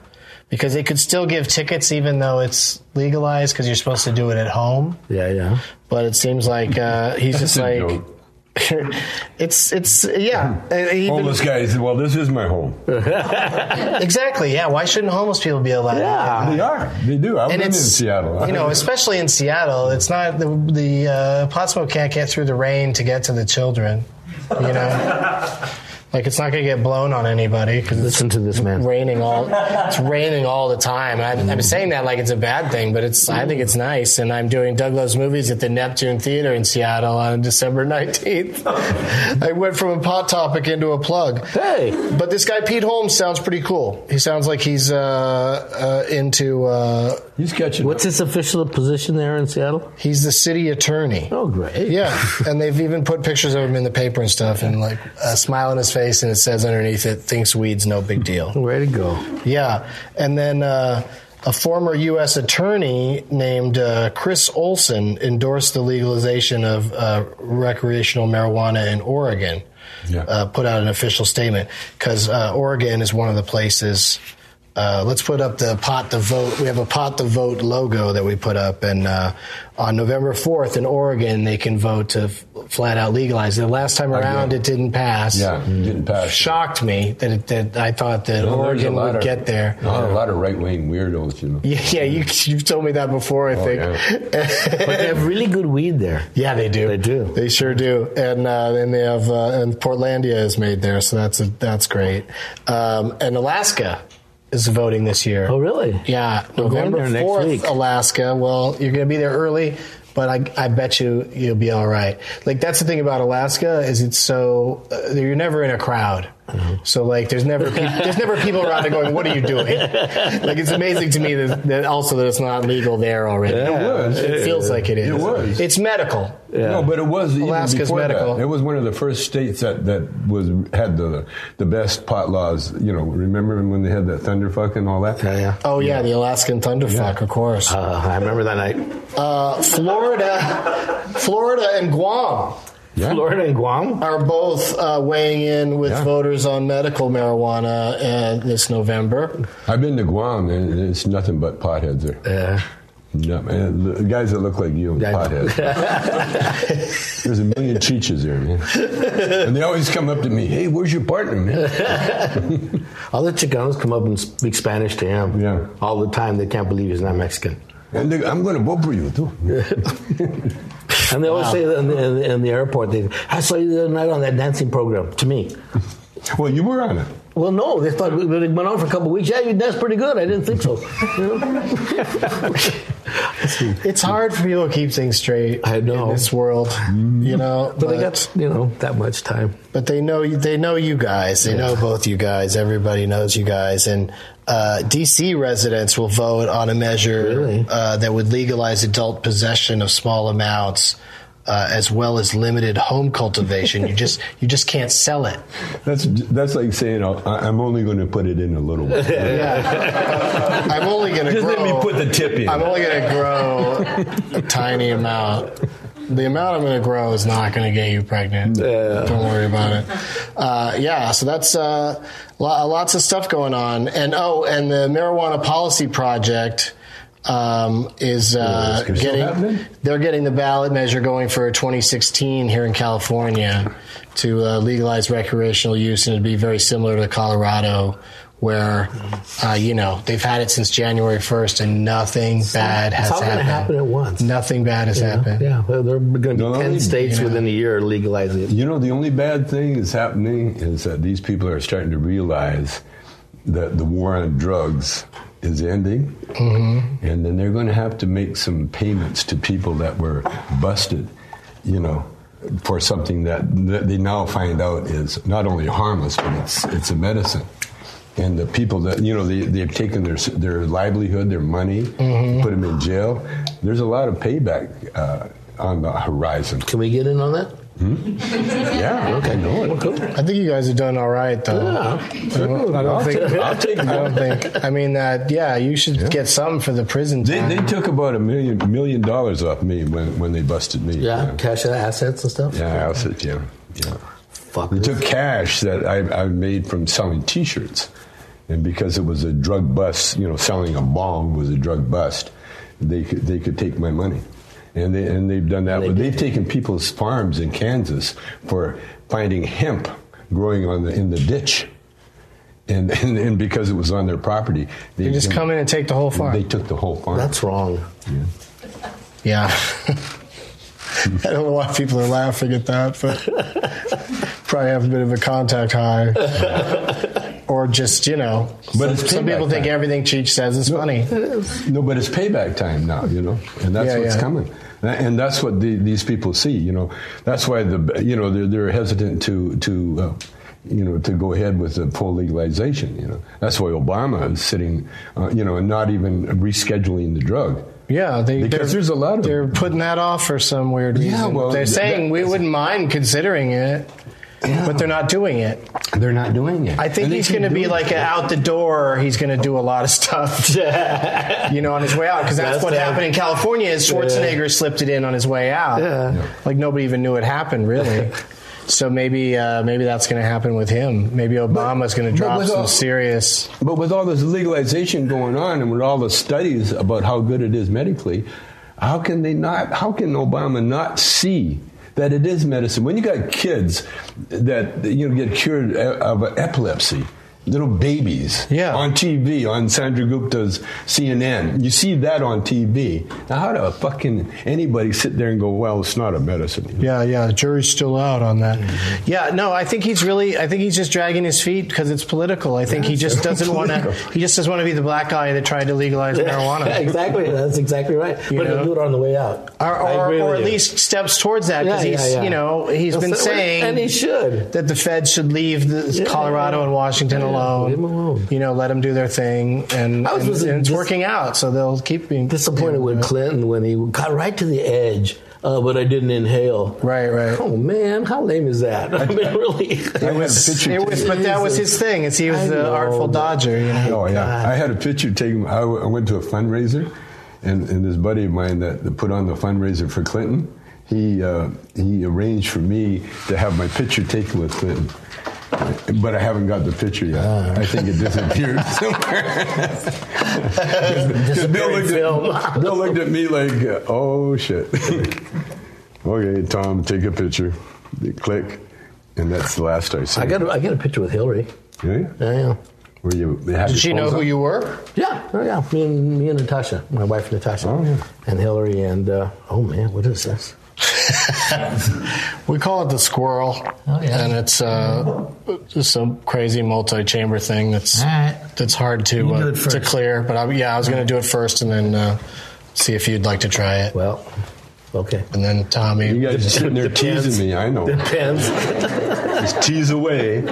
[SPEAKER 2] because they could still give tickets even though it's legalized because you're supposed to do it at home.
[SPEAKER 4] Yeah, yeah.
[SPEAKER 2] But it seems like uh, he's just like. it's it's yeah. Uh, even-
[SPEAKER 3] Homeless guy said, "Well, this is my home."
[SPEAKER 2] Exactly. Yeah. Why shouldn't homeless people be allowed?
[SPEAKER 4] Yeah.
[SPEAKER 3] They are. They do. I've
[SPEAKER 2] And
[SPEAKER 3] been in
[SPEAKER 2] it's
[SPEAKER 3] Seattle.
[SPEAKER 2] You know, especially in Seattle, it's not the the uh, pot smoke can't get through the rain to get to the children. You know, like it's not going to get blown on anybody because it's
[SPEAKER 4] Listen to this man.
[SPEAKER 2] raining all it's raining all the time. And I, I'm saying that like it's a bad thing, but it's I think it's nice. And I'm doing Doug Loves Movies at the Neptune Theater in Seattle on December 19th. I went from a pot topic into a plug.
[SPEAKER 4] Hey,
[SPEAKER 2] But this guy Pete Holmes sounds pretty cool. He sounds like he's uh, uh, into. Uh,
[SPEAKER 3] He's catching.
[SPEAKER 4] what's his official position there in Seattle?
[SPEAKER 2] he's the city attorney.
[SPEAKER 4] Oh, great.
[SPEAKER 2] Yeah, and they've even put pictures of him in the paper and stuff, and like a smile on his face, and it says underneath it, "Thinks weed's no big deal."
[SPEAKER 4] Way to go.
[SPEAKER 2] Yeah, and then uh, a former U.S. attorney named uh, Chris Olson endorsed the legalization of uh, recreational marijuana in Oregon.
[SPEAKER 3] Yeah.
[SPEAKER 2] Uh, put out an official statement because uh, Oregon is one of the places. Uh, let's put up the pot the vote. We have a pot the vote logo that we put up, and uh, on November fourth in Oregon, they can vote to f- flat out legalize. The last time around, it didn't pass
[SPEAKER 3] yeah,
[SPEAKER 2] Mm,
[SPEAKER 3] didn't pass.
[SPEAKER 2] shocked me that it, that I thought that
[SPEAKER 3] No, there's a
[SPEAKER 2] Oregon
[SPEAKER 3] lot
[SPEAKER 2] would
[SPEAKER 3] of-
[SPEAKER 2] get there.
[SPEAKER 3] Not a lot of right wing weirdos, you know.
[SPEAKER 2] Yeah, yeah, you you've told me that before. I think.
[SPEAKER 4] But they have really good weed there.
[SPEAKER 2] Oh, Yeah, they do.
[SPEAKER 4] They do.
[SPEAKER 2] They sure do. And uh, and they have uh, and Portlandia is made there, so that's a, that's great. Um, and Alaska is voting this year.
[SPEAKER 4] Oh, really?
[SPEAKER 2] Yeah,
[SPEAKER 4] going
[SPEAKER 2] November
[SPEAKER 4] there next
[SPEAKER 2] fourth,
[SPEAKER 4] week.
[SPEAKER 2] Alaska. Well, you're going to be there early, but I, I bet you you'll be all right. Like that's the thing about Alaska is it's so uh, you're never in a crowd.
[SPEAKER 4] Mm-hmm.
[SPEAKER 2] So like there's never peop there's never people around there going what are you doing like it's amazing to me that, that also that it's not legal there already
[SPEAKER 3] It was.
[SPEAKER 2] it feels like it is
[SPEAKER 3] It was.
[SPEAKER 2] it's medical
[SPEAKER 3] No, but it was even
[SPEAKER 2] Alaska's
[SPEAKER 3] before
[SPEAKER 2] medical.
[SPEAKER 3] That. It was one of the first states that, that was had the the best pot laws. You know, remember when they had that thunderfuck and all that?
[SPEAKER 4] Yeah, yeah.
[SPEAKER 2] oh yeah the Alaskan thunderfuck of course
[SPEAKER 4] Uh, I remember that night.
[SPEAKER 2] uh, Florida Florida and Guam
[SPEAKER 3] Yeah.
[SPEAKER 4] Florida and Guam?
[SPEAKER 2] are both uh, weighing in with
[SPEAKER 3] Yeah.
[SPEAKER 2] voters on medical marijuana uh, this November.
[SPEAKER 3] I've been to Guam and it's nothing but potheads there.
[SPEAKER 4] Yeah.
[SPEAKER 3] No, man, the guys that look like you and
[SPEAKER 4] Yeah.
[SPEAKER 3] potheads. There's a million cheeches there, man. And they always come up to me, hey, where's your partner, man?
[SPEAKER 4] All the Chicanos come up and speak Spanish to him.
[SPEAKER 3] Yeah.
[SPEAKER 4] All the time. They can't believe he's not Mexican.
[SPEAKER 3] And they, I'm going to vote for you too.
[SPEAKER 4] And they always say that in the, in the, in the airport, they, I saw you the other night on that dancing program, to me.
[SPEAKER 3] Well, you were on it.
[SPEAKER 4] Well, no, they thought it went on for a couple of weeks. Yeah, you danced pretty good. I didn't think so. You know?
[SPEAKER 2] It's hard for people to keep things straight.
[SPEAKER 4] I know.
[SPEAKER 2] in this world,
[SPEAKER 3] Mm-hmm.
[SPEAKER 2] you know.
[SPEAKER 4] but they got, you know, that much time.
[SPEAKER 2] but they know they know you guys. They know both you guys. Everybody knows you guys. And uh, DC residents will vote on a measure
[SPEAKER 4] Really?
[SPEAKER 2] uh, that would legalize adult possession of small amounts. Uh, as well as limited home cultivation, you just you just can't sell it.
[SPEAKER 3] That's that's like saying oh, I- I'm only going to put it in a little bit.
[SPEAKER 2] Yeah, I'm only going to
[SPEAKER 3] Just
[SPEAKER 2] grow.
[SPEAKER 3] let me put the tip in.
[SPEAKER 2] I'm only going to grow a tiny amount. The amount I'm going to grow is not going to get you pregnant. Don't worry about it. Uh, yeah, so that's uh, lo- lots of stuff going on. And oh, and the marijuana policy project um, is uh,
[SPEAKER 3] it's still happening?
[SPEAKER 2] getting they're getting the ballot measure going for 2016 here in California to uh, legalize recreational use, and it'd be very similar to Colorado, where uh, you know they've had it since January 1st, and nothing bad has
[SPEAKER 4] It's all going to
[SPEAKER 2] happened.
[SPEAKER 4] happen at once.
[SPEAKER 2] Nothing bad has happened.
[SPEAKER 4] Yeah, there there are going to
[SPEAKER 3] No,
[SPEAKER 4] be 10
[SPEAKER 3] you-
[SPEAKER 4] states within a year legalizing it.
[SPEAKER 3] You know, the only bad thing that's happening is that these people are starting to realize that the war on drugs is ending, and then they're going to have to make some payments to people that were busted, you know, for something that, that they now find out is not only harmless but it's it's a medicine. And the people that you know they, they've taken their their livelihood, their money, put them in jail. There's a lot of payback uh, on the horizon.
[SPEAKER 4] Can we get in on that?
[SPEAKER 3] Yeah, okay, know it.
[SPEAKER 2] I think you guys are doing all right, though.
[SPEAKER 4] Yeah.
[SPEAKER 2] I don't, I don't
[SPEAKER 3] I'll
[SPEAKER 2] think.
[SPEAKER 3] take- I'll take
[SPEAKER 2] I don't think. I mean that. Yeah, you should get some for the prison
[SPEAKER 3] They,
[SPEAKER 2] time.
[SPEAKER 3] they took about a million million dollars off me when, when they busted me.
[SPEAKER 4] Yeah, cash out assets and stuff.
[SPEAKER 3] yeah, I was at- yeah, yeah.
[SPEAKER 4] Fuck.
[SPEAKER 3] They
[SPEAKER 4] this.
[SPEAKER 3] took cash that I, I made from selling T-shirts, and because it was a drug bust, you know, selling a bomb was a drug bust. They could they could take my money, and they and they've done that.
[SPEAKER 4] They
[SPEAKER 3] They
[SPEAKER 4] did.
[SPEAKER 3] have taken people's farms in Kansas for finding hemp growing on the in the ditch, and and, and because it was on their property, they
[SPEAKER 2] you just
[SPEAKER 3] can-
[SPEAKER 2] come in and take the whole farm.
[SPEAKER 3] They took the whole farm.
[SPEAKER 4] That's wrong.
[SPEAKER 2] Yeah. I don't know why people are laughing at that, but probably have a bit of a contact high. or just, you know.
[SPEAKER 3] But
[SPEAKER 2] some,
[SPEAKER 3] it's
[SPEAKER 2] some people
[SPEAKER 3] payback
[SPEAKER 2] think
[SPEAKER 3] time.
[SPEAKER 2] everything Cheech says is funny.
[SPEAKER 3] No, but it's payback time now, you know, and that's
[SPEAKER 2] Yeah,
[SPEAKER 3] what's
[SPEAKER 2] yeah.
[SPEAKER 3] coming, Tha- and that's what the, these people see, you know. That's why the you know they're, they're hesitant to to uh, you know to go ahead with the full legalization. You know, that's why Obama is sitting, uh, you know, and not even rescheduling the drug.
[SPEAKER 2] Yeah, they,
[SPEAKER 3] Because
[SPEAKER 2] they're-
[SPEAKER 3] there's a lot of
[SPEAKER 2] They're
[SPEAKER 3] them.
[SPEAKER 2] putting that off for some weird
[SPEAKER 3] Yeah,
[SPEAKER 2] reason.
[SPEAKER 3] well,
[SPEAKER 2] they're
[SPEAKER 3] th-
[SPEAKER 2] saying
[SPEAKER 3] that-
[SPEAKER 2] we wouldn't mind considering it, but they're not doing it.
[SPEAKER 3] They're not doing it.
[SPEAKER 2] I think
[SPEAKER 3] And they
[SPEAKER 2] he's
[SPEAKER 3] keep
[SPEAKER 2] going to be
[SPEAKER 3] doing
[SPEAKER 2] like
[SPEAKER 3] it.
[SPEAKER 2] a out the door. He's going to do a lot of stuff, you know, on his way out because that's,
[SPEAKER 4] That's
[SPEAKER 2] what
[SPEAKER 4] the-
[SPEAKER 2] happened in California. Is Schwarzenegger slipped it in on his way out?
[SPEAKER 4] Yeah. Yeah.
[SPEAKER 2] Like nobody even knew it happened, really. so maybe uh, maybe that's going to happen with him. Maybe Obama's going to
[SPEAKER 3] but
[SPEAKER 2] drop
[SPEAKER 3] with
[SPEAKER 2] some
[SPEAKER 3] all-
[SPEAKER 2] serious.
[SPEAKER 3] But with all this legalization going on and with all the studies about how good it is medically, how can they not, how can Obama not see that it is medicine? When you got kids that, you know, get cured of epilepsy, little babies
[SPEAKER 2] Yeah.
[SPEAKER 3] on TV, on Sandra Gupta's CNN, you see that on TV. Now, how do fucking anybody sit there and go, well, it's not a medicine?
[SPEAKER 2] Yeah, yeah. The jury's still out on that. Mm-hmm. Yeah, no, I think he's really. I think he's just dragging his feet because it's political. I think he just doesn't want to.
[SPEAKER 3] political.
[SPEAKER 2] He just doesn't want to be the black guy that tried to legalize marijuana.
[SPEAKER 4] exactly. That's exactly right.
[SPEAKER 2] You
[SPEAKER 4] but
[SPEAKER 2] know?
[SPEAKER 4] he'll do it on the way out.
[SPEAKER 2] or,
[SPEAKER 4] I
[SPEAKER 2] or,
[SPEAKER 4] agree
[SPEAKER 2] or
[SPEAKER 4] with
[SPEAKER 2] at
[SPEAKER 4] you.
[SPEAKER 2] least steps towards that because
[SPEAKER 4] Yeah,
[SPEAKER 2] he's
[SPEAKER 4] yeah, yeah.
[SPEAKER 2] you know he's been
[SPEAKER 4] And so- and he
[SPEAKER 2] saying
[SPEAKER 4] should.
[SPEAKER 2] that the Fed should leave the,
[SPEAKER 4] Yeah,
[SPEAKER 2] Colorado
[SPEAKER 4] yeah.
[SPEAKER 2] and Washington
[SPEAKER 4] Yeah,
[SPEAKER 2] alone.
[SPEAKER 4] leave 'em alone.
[SPEAKER 2] You know, let them do their thing, and,
[SPEAKER 4] I was
[SPEAKER 2] and-
[SPEAKER 4] just-
[SPEAKER 2] and it's
[SPEAKER 4] just-
[SPEAKER 2] working out, so they'll keep being
[SPEAKER 4] Disappointed with Clinton when he got right to the edge, uh, but I didn't inhale.
[SPEAKER 2] Right, right.
[SPEAKER 4] Oh man, how lame is that? I mean, really.
[SPEAKER 3] I have a picture
[SPEAKER 2] It was, but that was his thing. Is he was
[SPEAKER 4] I
[SPEAKER 2] the
[SPEAKER 4] know,
[SPEAKER 2] artful
[SPEAKER 4] but-
[SPEAKER 2] dodger. You know?
[SPEAKER 3] Oh yeah,
[SPEAKER 4] God.
[SPEAKER 3] I had a picture taken. I w- I went to a fundraiser, and, and this buddy of mine that, that put on the fundraiser for Clinton, he uh, he arranged for me to have my picture taken with Clinton. But I haven't got the picture yet. I think it disappeared somewhere. 'Cause Bill,
[SPEAKER 4] Disappearing
[SPEAKER 3] looked at,
[SPEAKER 4] film.
[SPEAKER 3] Bill looked at me like, uh, "Oh shit." okay, Tom, take a picture. They click, and that's the last I see.
[SPEAKER 4] I got a, I got a picture with Hillary.
[SPEAKER 3] Yeah?
[SPEAKER 4] Yeah, yeah.
[SPEAKER 3] Were you? they had
[SPEAKER 2] Did
[SPEAKER 3] your
[SPEAKER 2] she know
[SPEAKER 3] clothes
[SPEAKER 2] who
[SPEAKER 3] on?
[SPEAKER 2] you were?
[SPEAKER 4] Yeah, oh, yeah. Me and, me and Natasha, my wife Natasha,
[SPEAKER 3] Oh, yeah.
[SPEAKER 4] and Hillary, and uh, oh man, what is this?
[SPEAKER 2] We call it the squirrel,
[SPEAKER 4] Oh, yeah.
[SPEAKER 2] and it's uh, just some crazy multi-chamber thing that's
[SPEAKER 4] All right.
[SPEAKER 2] that's hard to
[SPEAKER 4] You do
[SPEAKER 2] uh,
[SPEAKER 4] it
[SPEAKER 2] to
[SPEAKER 4] first.
[SPEAKER 2] clear. But I, yeah, I was going to do it first, and then uh, see if you'd like to try it.
[SPEAKER 4] Well, okay.
[SPEAKER 2] And then Tommy,
[SPEAKER 3] You guys are sitting there
[SPEAKER 4] Depends.
[SPEAKER 3] teasing me. I know.
[SPEAKER 4] Depends.
[SPEAKER 3] Just tease away.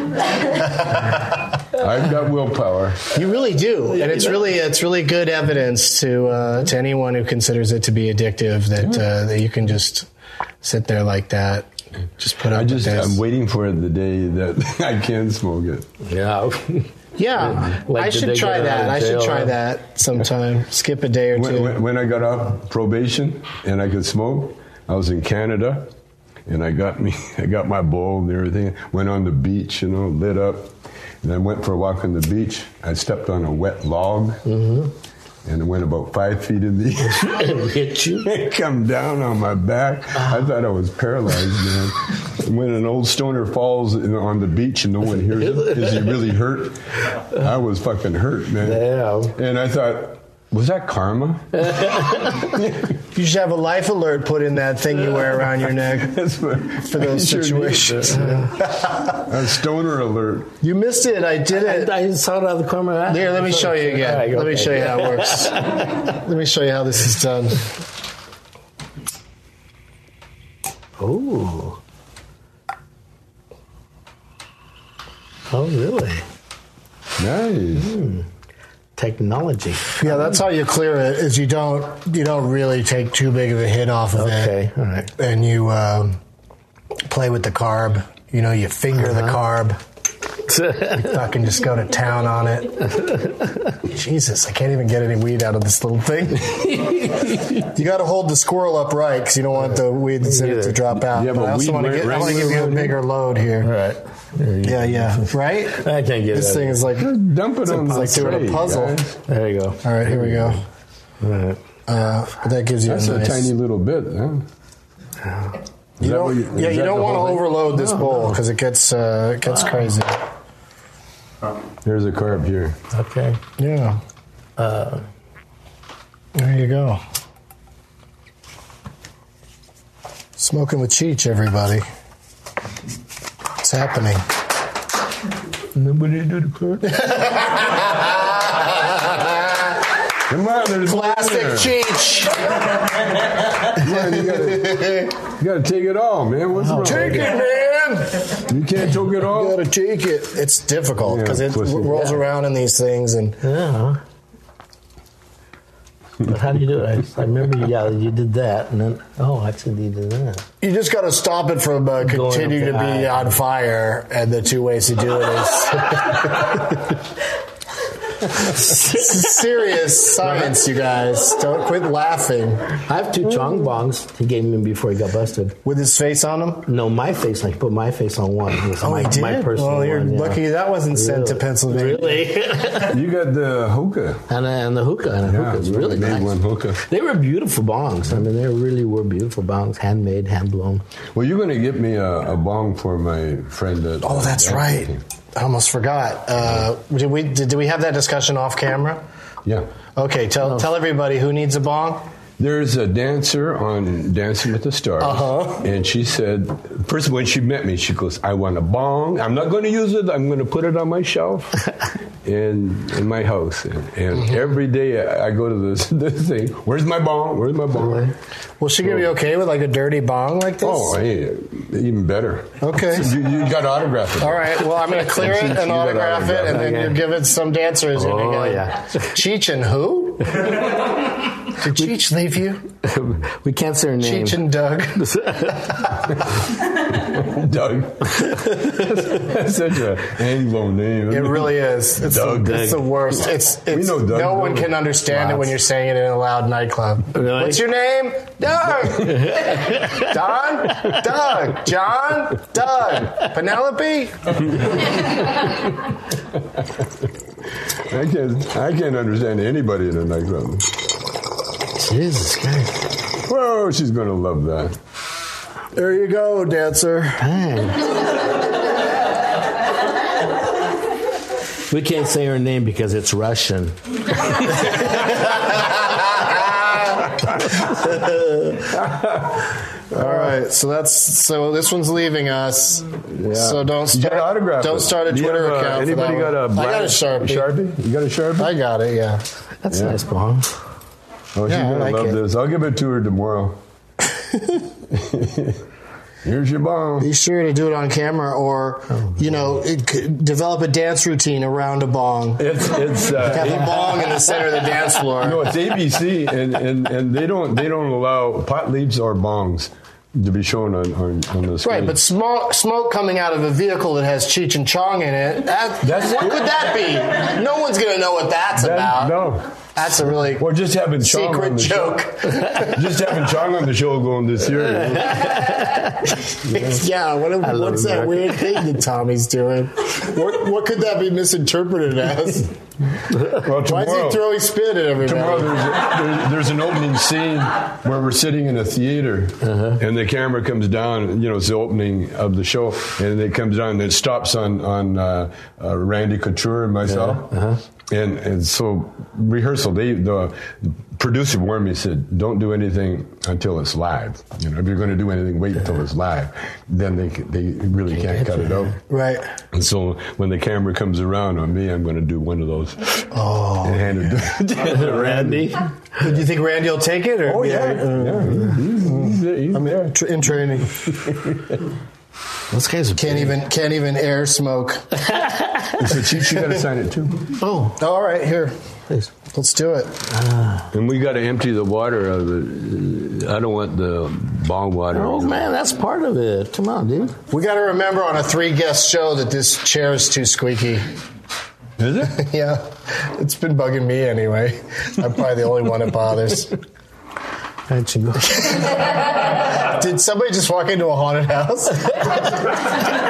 [SPEAKER 3] I've got willpower.
[SPEAKER 2] you really do, and it's really it's really good evidence to uh, to anyone who considers it to be addictive that uh, that you can just sit there like that, just put up.
[SPEAKER 3] I just
[SPEAKER 2] with this.
[SPEAKER 3] I'm waiting for the day that I can smoke it.
[SPEAKER 4] Yeah.
[SPEAKER 2] Yeah,
[SPEAKER 4] Like,
[SPEAKER 2] I
[SPEAKER 4] did they
[SPEAKER 2] should try
[SPEAKER 4] get out
[SPEAKER 2] that.
[SPEAKER 4] of
[SPEAKER 2] I should
[SPEAKER 4] jail,
[SPEAKER 2] try
[SPEAKER 4] huh?
[SPEAKER 2] that sometime. Skip a day or two.
[SPEAKER 3] When, when, when I got off probation and I could smoke, I was in Canada, and I got me I got my bowl and everything. Went on the beach, you know, lit up, and I went for a walk on the beach. I stepped on a wet log,
[SPEAKER 4] Mm-hmm.
[SPEAKER 3] and it went about five feet in the air.
[SPEAKER 4] Hit you.
[SPEAKER 3] it come down on my back.
[SPEAKER 2] Uh-huh.
[SPEAKER 3] I thought I was paralyzed, man. when an old stoner falls in- on the beach and no one hears him, is he really hurt? I was fucking hurt, man.
[SPEAKER 4] Damn.
[SPEAKER 3] And I thought, was that karma?
[SPEAKER 2] You should have a life alert put in that thing you wear around your neck.
[SPEAKER 3] That's what,
[SPEAKER 2] For those
[SPEAKER 3] I sure needed
[SPEAKER 2] situations.
[SPEAKER 3] that. a stoner alert.
[SPEAKER 2] You missed it. I did it.
[SPEAKER 4] I, I saw it out of the corner. of my eye.
[SPEAKER 2] Here, let me show you again.
[SPEAKER 4] All right,
[SPEAKER 2] Let me
[SPEAKER 4] okay.
[SPEAKER 2] show you how it works. let me show you how this is done.
[SPEAKER 4] Oh. Oh, really?
[SPEAKER 3] Nice.
[SPEAKER 4] Technology.
[SPEAKER 2] Yeah, that's how you clear it. Is you don't you don't really take too big of a hit off of
[SPEAKER 4] Okay,
[SPEAKER 2] it.
[SPEAKER 4] all right.
[SPEAKER 2] And you um, play with the carb. You know, you finger
[SPEAKER 4] Uh-huh.
[SPEAKER 2] the carb. Fucking just go to town on it. Jesus, I can't even get any weed out of this little thing. you got to hold the squirrel upright because you don't want the weed that's in it to drop out.
[SPEAKER 3] Yeah,
[SPEAKER 2] but
[SPEAKER 3] but
[SPEAKER 2] I also
[SPEAKER 3] weed
[SPEAKER 2] want to
[SPEAKER 3] went
[SPEAKER 2] get, I
[SPEAKER 3] right
[SPEAKER 2] want to give you a
[SPEAKER 3] around it.
[SPEAKER 2] bigger load here.
[SPEAKER 4] right. There you
[SPEAKER 2] Yeah,
[SPEAKER 4] go.
[SPEAKER 2] yeah, right.
[SPEAKER 4] I can't get
[SPEAKER 2] This
[SPEAKER 4] it.
[SPEAKER 2] thing is like
[SPEAKER 3] Dump it on
[SPEAKER 2] it's
[SPEAKER 3] the
[SPEAKER 2] like doing
[SPEAKER 3] tray,
[SPEAKER 2] a puzzle.
[SPEAKER 3] guys.
[SPEAKER 4] There you go.
[SPEAKER 2] All right, here we go.
[SPEAKER 4] All right.
[SPEAKER 2] Uh, that gives you
[SPEAKER 3] That's
[SPEAKER 2] a, nice,
[SPEAKER 3] a tiny little bit. Huh?
[SPEAKER 2] You
[SPEAKER 3] Is that
[SPEAKER 2] don't,
[SPEAKER 3] what
[SPEAKER 2] yeah,
[SPEAKER 3] is
[SPEAKER 2] you
[SPEAKER 3] that
[SPEAKER 2] don't
[SPEAKER 3] the
[SPEAKER 2] want to
[SPEAKER 3] whole thing? Ah.
[SPEAKER 2] overload this
[SPEAKER 4] No,
[SPEAKER 2] bowl
[SPEAKER 4] no.
[SPEAKER 2] because it gets uh, it gets crazy.
[SPEAKER 3] There's a carb here.
[SPEAKER 4] Okay.
[SPEAKER 2] Yeah.
[SPEAKER 3] Uh,
[SPEAKER 2] there you go. Smoking with Cheech, everybody. It's happening.
[SPEAKER 3] Nobody do the carb. Come on, there's
[SPEAKER 2] Classic
[SPEAKER 3] more.
[SPEAKER 2] Cheech.
[SPEAKER 3] Man, you, gotta, you gotta take it all, man. What's wrong?
[SPEAKER 2] Oh, Take it, man.
[SPEAKER 3] You can't choke it
[SPEAKER 2] You
[SPEAKER 3] all.
[SPEAKER 2] gotta take it. It's difficult
[SPEAKER 3] Yeah,
[SPEAKER 2] because it
[SPEAKER 3] pussy.
[SPEAKER 2] w- rolls
[SPEAKER 3] Yeah.
[SPEAKER 2] around in these things, and
[SPEAKER 4] Yeah. But Uh-huh. how do you do it? I, just, I remember, you- yeah, you did that, and then oh, actually, you did that.
[SPEAKER 2] you just gotta stop it from uh,
[SPEAKER 4] Going up
[SPEAKER 2] continuing to
[SPEAKER 4] the
[SPEAKER 2] be
[SPEAKER 4] eye.
[SPEAKER 2] on fire. And the two ways to do it is. S- serious science, you guys. Don't quit laughing.
[SPEAKER 4] I have two chong bongs. Mm. He gave me before he got busted.
[SPEAKER 2] With his face on him?
[SPEAKER 4] No, my face. Like, put my face on one. It
[SPEAKER 2] Oh,
[SPEAKER 4] was my, My personal
[SPEAKER 2] Well, you're
[SPEAKER 4] one, yeah.
[SPEAKER 2] lucky that wasn't sent to
[SPEAKER 4] Really?
[SPEAKER 2] Pennsylvania.
[SPEAKER 4] Really?
[SPEAKER 3] You got the hookah.
[SPEAKER 4] and, uh, and the hookah. And the hookah is
[SPEAKER 3] we
[SPEAKER 4] really
[SPEAKER 3] made
[SPEAKER 4] nice.
[SPEAKER 3] one hookah.
[SPEAKER 4] They were beautiful bongs. I mean, they really were beautiful bongs, handmade, hand blown.
[SPEAKER 3] Well, you're gonna get me a, a bong for my friend. That,
[SPEAKER 2] Oh, that's
[SPEAKER 3] that-
[SPEAKER 2] right. I almost forgot. Uh, did we did, did we have that discussion off camera?
[SPEAKER 3] Yeah.
[SPEAKER 2] Okay, tell tell everybody who needs a bong.
[SPEAKER 3] There's a dancer on Dancing with the Stars,
[SPEAKER 2] Uh-huh.
[SPEAKER 3] and she said, first when she met me, she goes, "I want a bong. I'm not going to use it. I'm going to put it on my shelf in in my house." And, and
[SPEAKER 2] Mm-hmm.
[SPEAKER 3] every day I I go to this, this thing. Where's my bong? Where's my bong?
[SPEAKER 2] Will she gonna be okay with like a dirty bong like this?
[SPEAKER 3] Oh, hey, even better.
[SPEAKER 2] Okay.
[SPEAKER 3] You, you got autographed.
[SPEAKER 2] All right. Well, I'm going to clear it
[SPEAKER 3] You
[SPEAKER 2] and
[SPEAKER 3] gotta
[SPEAKER 2] autograph it, and then
[SPEAKER 4] autograph it.
[SPEAKER 2] you give it to some dancers. and you
[SPEAKER 4] Oh,
[SPEAKER 2] go,
[SPEAKER 4] yeah.
[SPEAKER 2] Cheech and who? Did Cheech leave you?
[SPEAKER 4] we can't say her name.
[SPEAKER 2] Cheech and Doug.
[SPEAKER 3] Doug. that's such an Anglo name.
[SPEAKER 2] It really is. It's,
[SPEAKER 3] Doug.
[SPEAKER 2] the, it's the worst. It's, it's
[SPEAKER 3] know Doug,
[SPEAKER 2] no
[SPEAKER 3] don't
[SPEAKER 2] one
[SPEAKER 3] we?
[SPEAKER 2] can understand it
[SPEAKER 4] Lots.
[SPEAKER 2] when you're saying it in a loud nightclub.
[SPEAKER 4] Really?
[SPEAKER 2] What's your name? Doug. Don. Doug. John. Doug. Penelope.
[SPEAKER 3] I can't. I can't understand anybody in a nightclub.
[SPEAKER 4] Jesus Christ.
[SPEAKER 3] Whoa, she's gonna love that.
[SPEAKER 2] There you go, dancer.
[SPEAKER 4] Dang. We can't say her name because it's Russian.
[SPEAKER 2] All right, so that's so this one's leaving us.
[SPEAKER 3] Yeah.
[SPEAKER 2] So don't
[SPEAKER 3] You
[SPEAKER 2] start,
[SPEAKER 3] gotta autograph
[SPEAKER 2] don't
[SPEAKER 3] it.
[SPEAKER 2] start a
[SPEAKER 3] Do you
[SPEAKER 2] Twitter
[SPEAKER 3] have, uh,
[SPEAKER 2] account. for
[SPEAKER 3] Anybody
[SPEAKER 2] that
[SPEAKER 3] got a
[SPEAKER 2] one. I got a sharpie.
[SPEAKER 3] Sharpie? You got a Sharpie?
[SPEAKER 2] I got it. Yeah.
[SPEAKER 4] That's nice, Paul.
[SPEAKER 3] Oh, she's
[SPEAKER 2] Yeah, I
[SPEAKER 3] gonna
[SPEAKER 2] like
[SPEAKER 3] love
[SPEAKER 2] it.
[SPEAKER 3] this. I'll give it to her tomorrow. Here's your bomb.
[SPEAKER 2] Be sure to do it on camera, or
[SPEAKER 3] Oh,
[SPEAKER 2] you know, it, could- develop a dance routine around a bong.
[SPEAKER 3] It's it's
[SPEAKER 2] Have a
[SPEAKER 3] uh,
[SPEAKER 2] bong in the center of the dance floor.
[SPEAKER 3] no, it's ABC, and, and, and they don't they don't allow pot leaves or bongs to be shown on on, on the screen.
[SPEAKER 2] Right, but smoke smoke coming out of a vehicle that has Cheech and Chong in it. That,
[SPEAKER 3] That's-
[SPEAKER 2] what could that be? No one's gonna know what that's
[SPEAKER 3] That-
[SPEAKER 2] about.
[SPEAKER 3] no.
[SPEAKER 2] that's a really
[SPEAKER 3] Or just having Chong
[SPEAKER 2] secret
[SPEAKER 3] on the
[SPEAKER 2] joke.
[SPEAKER 3] show. Just having Chong on the show going this year.
[SPEAKER 2] yeah, what, what's that
[SPEAKER 4] America.
[SPEAKER 2] weird thing that Tommy's doing? What, what could that be misinterpreted as?
[SPEAKER 3] Well,
[SPEAKER 2] Why is
[SPEAKER 3] tomorrow-
[SPEAKER 2] he throwing spit at
[SPEAKER 3] Tomorrow
[SPEAKER 2] everybody?
[SPEAKER 3] there's, there's, there's an opening scene where we're sitting in a theater and the camera comes down. You know, it's the opening of the show, and it comes down and it stops on on uh, uh, Randy Couture and myself. And and so rehearsal, they the producer warned me said, "Don't do anything until it's live. You know, if you're going to do anything, wait until it's live. Then they c- they really can't cut it out."
[SPEAKER 2] Right.
[SPEAKER 3] And so when the camera comes around on me, I'm going to do one of those.
[SPEAKER 2] Oh,
[SPEAKER 3] and hand it to- to
[SPEAKER 4] Randy?
[SPEAKER 2] Do you think Randy will take it? Or
[SPEAKER 3] Oh yeah, yeah. He's, he's, he's
[SPEAKER 2] I mean,
[SPEAKER 3] there.
[SPEAKER 2] tr- in training,
[SPEAKER 4] Those guys are
[SPEAKER 2] can't even can't even air smoke.
[SPEAKER 3] It's a cheat. You got to sign it too.
[SPEAKER 4] Oh,
[SPEAKER 2] All right, here,
[SPEAKER 4] please.
[SPEAKER 2] let's do it.
[SPEAKER 3] And we got to empty the water out of it. I don't want the bong water.
[SPEAKER 4] Oh, man, that's part of it. Come on, dude.
[SPEAKER 2] We got to remember on a three guest show that this chair is too squeaky.
[SPEAKER 3] Is it?
[SPEAKER 2] Yeah, it's been bugging me anyway. I'm probably the only one it bothers.
[SPEAKER 4] Aren't you-
[SPEAKER 2] Did somebody just walk into a haunted house?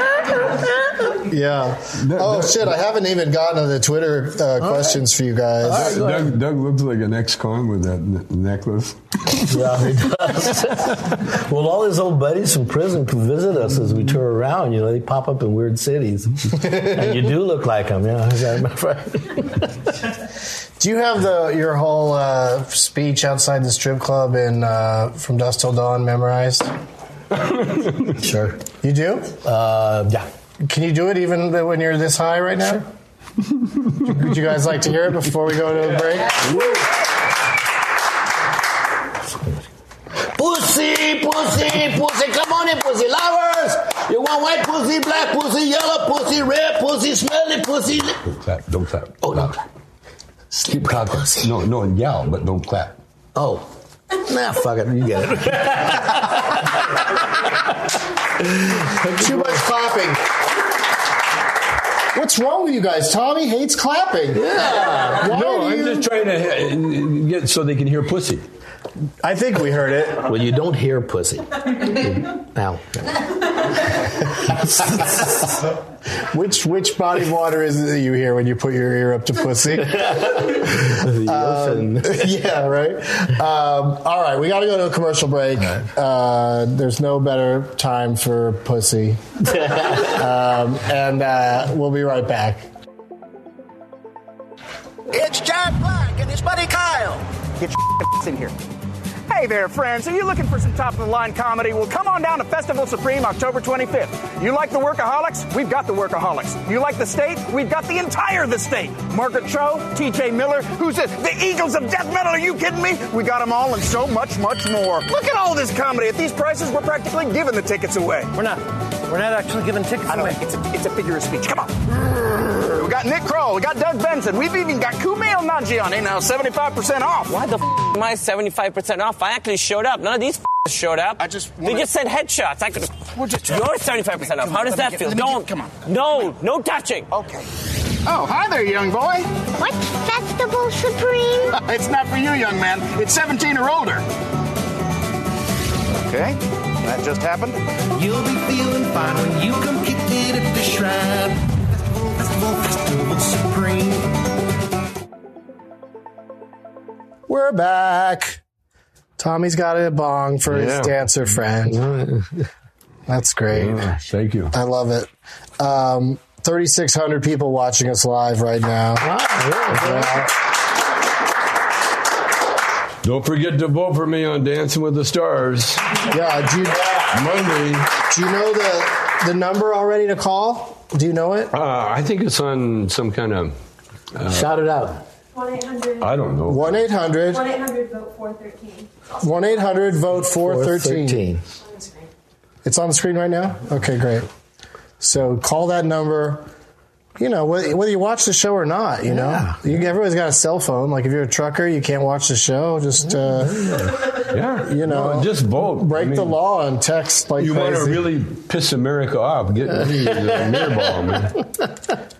[SPEAKER 2] yeah. Oh shit! I haven't even gotten to the Twitter uh, questions for you guys.
[SPEAKER 3] Doug, Doug looks like an ex-con with that ne- necklace.
[SPEAKER 4] Yeah, he does. well, all his old buddies from prison could visit us as we tour around. You know, they pop up in weird cities, and you do look like him. Yeah, is that my friend?
[SPEAKER 2] Do you have the your whole uh, speech outside the strip club in uh, from dusk till dawn memorized?
[SPEAKER 4] sure.
[SPEAKER 2] You do?
[SPEAKER 4] Uh, yeah.
[SPEAKER 2] Can you do it even when you're this high right now? Would you guys like to hear it before we go to a break?
[SPEAKER 4] Pussy, pussy, pussy, come on in, pussy lovers. You want white pussy, black pussy, yellow pussy, red pussy, smelly pussy.
[SPEAKER 3] Don't clap. Don't clap.
[SPEAKER 4] Oh, no. Sleep
[SPEAKER 3] Clap.
[SPEAKER 4] pussy.
[SPEAKER 3] No, no, yell, but don't clap.
[SPEAKER 4] Oh. Nah, fuck it. You get it.
[SPEAKER 2] Too much clapping. What's wrong with you guys? Tommy hates clapping.
[SPEAKER 4] Yeah.
[SPEAKER 2] Why
[SPEAKER 3] No,
[SPEAKER 2] do
[SPEAKER 3] I'm
[SPEAKER 2] you-
[SPEAKER 3] just trying to uh, get so they can hear pussy.
[SPEAKER 2] I think we heard it.
[SPEAKER 4] Well, you don't hear pussy. Now.
[SPEAKER 2] Which which body of water is it that you hear when you put your ear up to pussy? Um,
[SPEAKER 4] The ocean.
[SPEAKER 2] yeah, right. Um, all right, we got to go to a commercial break. Uh, there's no better time for pussy, um, and uh, we'll be right back.
[SPEAKER 6] It's Jack Black and his buddy Kyle. Get your in here. Hey there, friends. Are you looking for some top of the line comedy? Well, come on down to Festival Supreme October 25th. You like the workaholics? We've got the workaholics. You like the state? We've got the entire the state. Margaret Cho, TJ Miller, who's this? The Eagles of Death Metal. Are you kidding me? We got them all and so much, much more. Look at all this comedy. At these prices, we're practically giving the tickets away.
[SPEAKER 7] We're not. We're not actually giving tickets
[SPEAKER 6] I know.
[SPEAKER 7] away.
[SPEAKER 6] It's a, it's a figure of speech. Come on. We got Nick Kroll. We got Doug Benson. We've even got Kumail Nanjiani now 75% off.
[SPEAKER 7] Why the f- am I 75% off? I actually showed up. None of these f- showed up.
[SPEAKER 6] I just
[SPEAKER 7] They
[SPEAKER 6] wanna-
[SPEAKER 7] just sent headshots. I could.
[SPEAKER 6] We're just-
[SPEAKER 7] You're 75% off.
[SPEAKER 6] Come
[SPEAKER 7] How
[SPEAKER 6] on,
[SPEAKER 7] does
[SPEAKER 6] let
[SPEAKER 7] that
[SPEAKER 6] me
[SPEAKER 7] feel?
[SPEAKER 6] get- let me get-
[SPEAKER 7] Don't.
[SPEAKER 6] come on.
[SPEAKER 7] No, no touching.
[SPEAKER 6] Okay. Oh, hi there, young boy.
[SPEAKER 8] What's Festival Supreme?
[SPEAKER 6] It's not for you, young man. It's 17 or older. Okay. That just happened.
[SPEAKER 9] You'll be feeling fine when you come kick it at the shrine. Festival, festival, festival supreme.
[SPEAKER 2] We're back. Tommy's got a bong for his
[SPEAKER 3] Yeah.
[SPEAKER 2] dancer friend. That's great.
[SPEAKER 3] Ah, Thank you.
[SPEAKER 2] I love it. Um, 3,600 people watching us live right now. Yeah.
[SPEAKER 3] Don't forget to vote for me on Dancing with the Stars
[SPEAKER 2] Yeah, do you,
[SPEAKER 3] Monday.
[SPEAKER 2] do you know the the number already to call? Do you know it?
[SPEAKER 3] Uh, I think it's on some kind of
[SPEAKER 4] Shout it out.
[SPEAKER 10] 1 800
[SPEAKER 3] I don't know.
[SPEAKER 2] 1 800
[SPEAKER 10] vote 413.
[SPEAKER 2] 1 800 vote 413.
[SPEAKER 4] 413.
[SPEAKER 2] It's on the screen right now? Okay, great. So call that number. You know, whether whether you watch the show or not, you know, you, everybody's got a cell phone. Like if you're a trucker, you can't watch the show. Just, uh,
[SPEAKER 3] Yeah,
[SPEAKER 2] you know,
[SPEAKER 3] No, just vote.
[SPEAKER 2] break
[SPEAKER 3] I mean,
[SPEAKER 2] the law and text like
[SPEAKER 3] You want to
[SPEAKER 2] crazy.
[SPEAKER 3] really piss America off? Get rid of the mirror ball, man.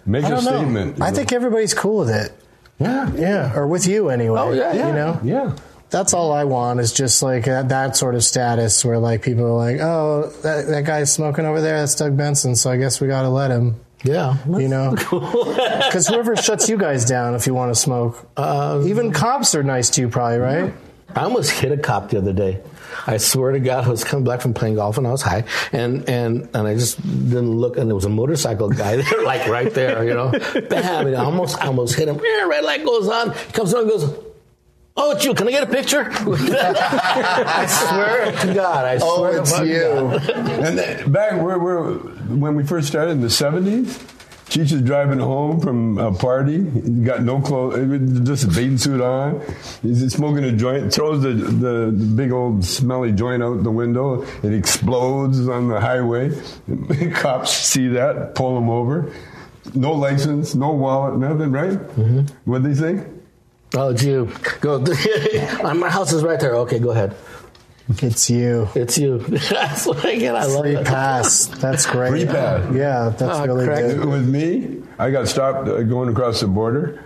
[SPEAKER 3] Make
[SPEAKER 2] I
[SPEAKER 3] a
[SPEAKER 2] don't know.
[SPEAKER 3] statement. you
[SPEAKER 2] I
[SPEAKER 3] know.
[SPEAKER 2] think everybody's cool with it.
[SPEAKER 3] Yeah,
[SPEAKER 2] Yeah, or with you anyway.
[SPEAKER 4] Oh, yeah, yeah.
[SPEAKER 2] You know,
[SPEAKER 3] yeah.
[SPEAKER 2] that's all I want is just like that, that sort of status where like people are like, oh, that, that guy's smoking over there. That's Doug Benson. So I guess we got to let him.
[SPEAKER 4] Yeah.
[SPEAKER 2] You know, because whoever shuts you guys down if you want to smoke,
[SPEAKER 4] Uh,
[SPEAKER 2] even cops are nice to you, probably, right?
[SPEAKER 4] I almost hit a cop the other day. I swear to God, I was coming back from playing golf and I was high, and and and I just didn't look, and there was a motorcycle guy there, like right there, you know, bam, and I almost I almost hit him. Eh, Red light goes on, he comes on, and goes. Oh, it's you. Can I get a picture? I swear to God. I
[SPEAKER 2] Oh,
[SPEAKER 4] swear
[SPEAKER 2] it's
[SPEAKER 4] to
[SPEAKER 2] you.
[SPEAKER 4] God.
[SPEAKER 3] And th- back where, where when we first started in the seventies, Cheech is driving home from a party, He's got no clothes, he was just a bathing suit on. He's smoking a joint, throws the, the big old smelly joint out the window. It explodes on the highway. Cops see that, pull him over. No license, no wallet, nothing, right?
[SPEAKER 2] Mm-hmm.
[SPEAKER 3] What'd they say?
[SPEAKER 4] Oh, it's you. Go. My house is right there. Okay, go ahead.
[SPEAKER 2] It's you.
[SPEAKER 4] It's you. I swear to God, I love
[SPEAKER 2] Free
[SPEAKER 4] it.
[SPEAKER 2] pass. That's great.
[SPEAKER 3] Free pass.
[SPEAKER 2] Yeah, that's
[SPEAKER 4] Oh,
[SPEAKER 2] really
[SPEAKER 4] crack.
[SPEAKER 2] good.
[SPEAKER 3] with me. I got stopped uh, going across the border,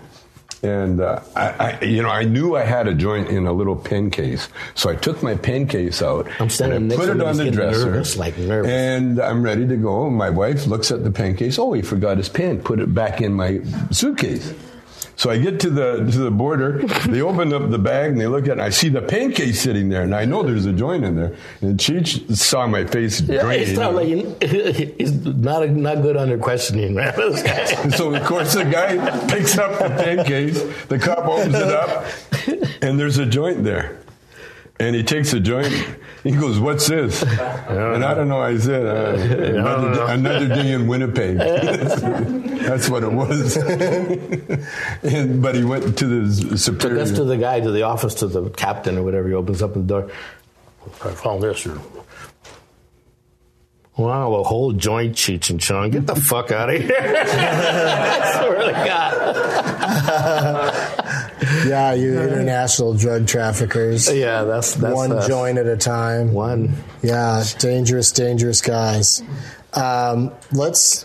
[SPEAKER 3] and uh, I, I, you know, I knew I had a joint in a little pen case, so I took my pen case out
[SPEAKER 4] I'm standing
[SPEAKER 3] and I
[SPEAKER 4] next
[SPEAKER 3] put
[SPEAKER 4] to
[SPEAKER 3] it
[SPEAKER 4] him,
[SPEAKER 3] on
[SPEAKER 4] he's
[SPEAKER 3] the
[SPEAKER 4] getting
[SPEAKER 3] dresser,
[SPEAKER 4] nervous, like nervous.
[SPEAKER 3] and I'm ready to go. My wife looks at the pen case. Oh, he forgot his pen. Put it back in my suitcase. So I get to the to the border. They open up the bag and they look at. it, and I see the pen case sitting there, and I know there's a joint in there. And Cheech saw my face
[SPEAKER 4] Yeah,
[SPEAKER 3] green.
[SPEAKER 4] it's not like he's not not good under questioning, man. This guy.
[SPEAKER 3] And so, of course, the guy picks up the pen case. The cop opens it up, and there's a joint there. And he takes a joint. He goes, "What's this?" And I don't know. I said, uh, another, day, "Another day in Winnipeg." That's what it was. and, but he went to the superior.
[SPEAKER 4] That's to the guy, to the office, to the captain or whatever. He opens up the door. I found this. Wow, a whole joint, Cheech and Chong. Get the fuck out of here. I swear to God.
[SPEAKER 2] Yeah, you international drug traffickers.
[SPEAKER 4] yeah, that's, that's
[SPEAKER 2] one
[SPEAKER 4] us.
[SPEAKER 2] joint at a time.
[SPEAKER 4] One.
[SPEAKER 2] Yeah, dangerous, dangerous guys. Um, let's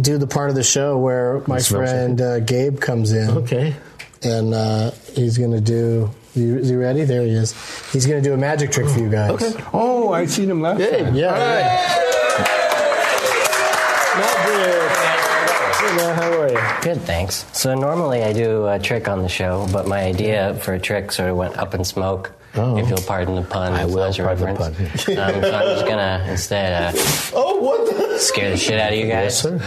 [SPEAKER 2] do the part of the show where my
[SPEAKER 4] smells
[SPEAKER 2] friend uh, Gabe comes in,
[SPEAKER 4] Okay.
[SPEAKER 2] and uh, he's going to do. You, is he ready? There he is. He's going to do a magic trick for you guys.
[SPEAKER 4] Okay.
[SPEAKER 3] oh, I seen him last
[SPEAKER 4] Hey,
[SPEAKER 3] time.
[SPEAKER 2] Yeah.
[SPEAKER 4] Hello, how are you?
[SPEAKER 11] Good, thanks. So normally I do a trick on the show, but my idea for a trick sort of went up in smoke.
[SPEAKER 4] Oh.
[SPEAKER 11] If you'll pardon the pun,
[SPEAKER 4] I will
[SPEAKER 11] slash
[SPEAKER 4] pardon the
[SPEAKER 11] reference. um, so I'm just gonna instead uh,
[SPEAKER 2] Oh, what? The?
[SPEAKER 11] scare the shit out of you guys.
[SPEAKER 4] Yes,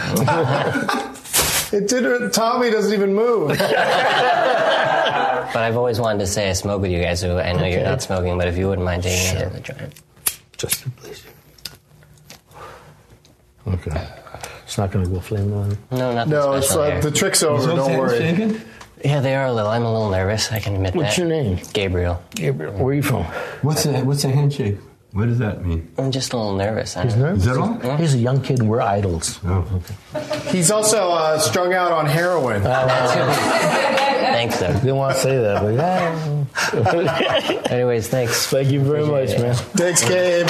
[SPEAKER 4] sir.
[SPEAKER 2] It didn't. Tommy doesn't even move.
[SPEAKER 11] But I've always wanted to say I smoke with you guys, so I know you're not smoking. But if you wouldn't mind taking a hit of the joint,
[SPEAKER 4] Just please. Okay. It's not going to go flame on.
[SPEAKER 11] no, nothing special
[SPEAKER 2] no, it's uh,
[SPEAKER 11] here.
[SPEAKER 2] the trick's over. Don't worry.
[SPEAKER 11] yeah, they are a little. I'm a little nervous. I can admit
[SPEAKER 4] What's
[SPEAKER 11] that.
[SPEAKER 4] your name?
[SPEAKER 11] Gabriel.
[SPEAKER 4] Gabriel. Where are you from?
[SPEAKER 3] What's a what's a handshake? What does that mean?
[SPEAKER 11] I'm just a little nervous. I don't know.
[SPEAKER 3] Is that all?
[SPEAKER 4] He's a young kid and we're idols.
[SPEAKER 3] Oh,
[SPEAKER 2] He's also uh, strung out on heroin.
[SPEAKER 4] Uh,
[SPEAKER 11] Thanks, though.
[SPEAKER 4] Didn't want to say that, but yeah.
[SPEAKER 11] Anyways, thanks.
[SPEAKER 4] Thank you very much, man.
[SPEAKER 2] Thanks, Gabe.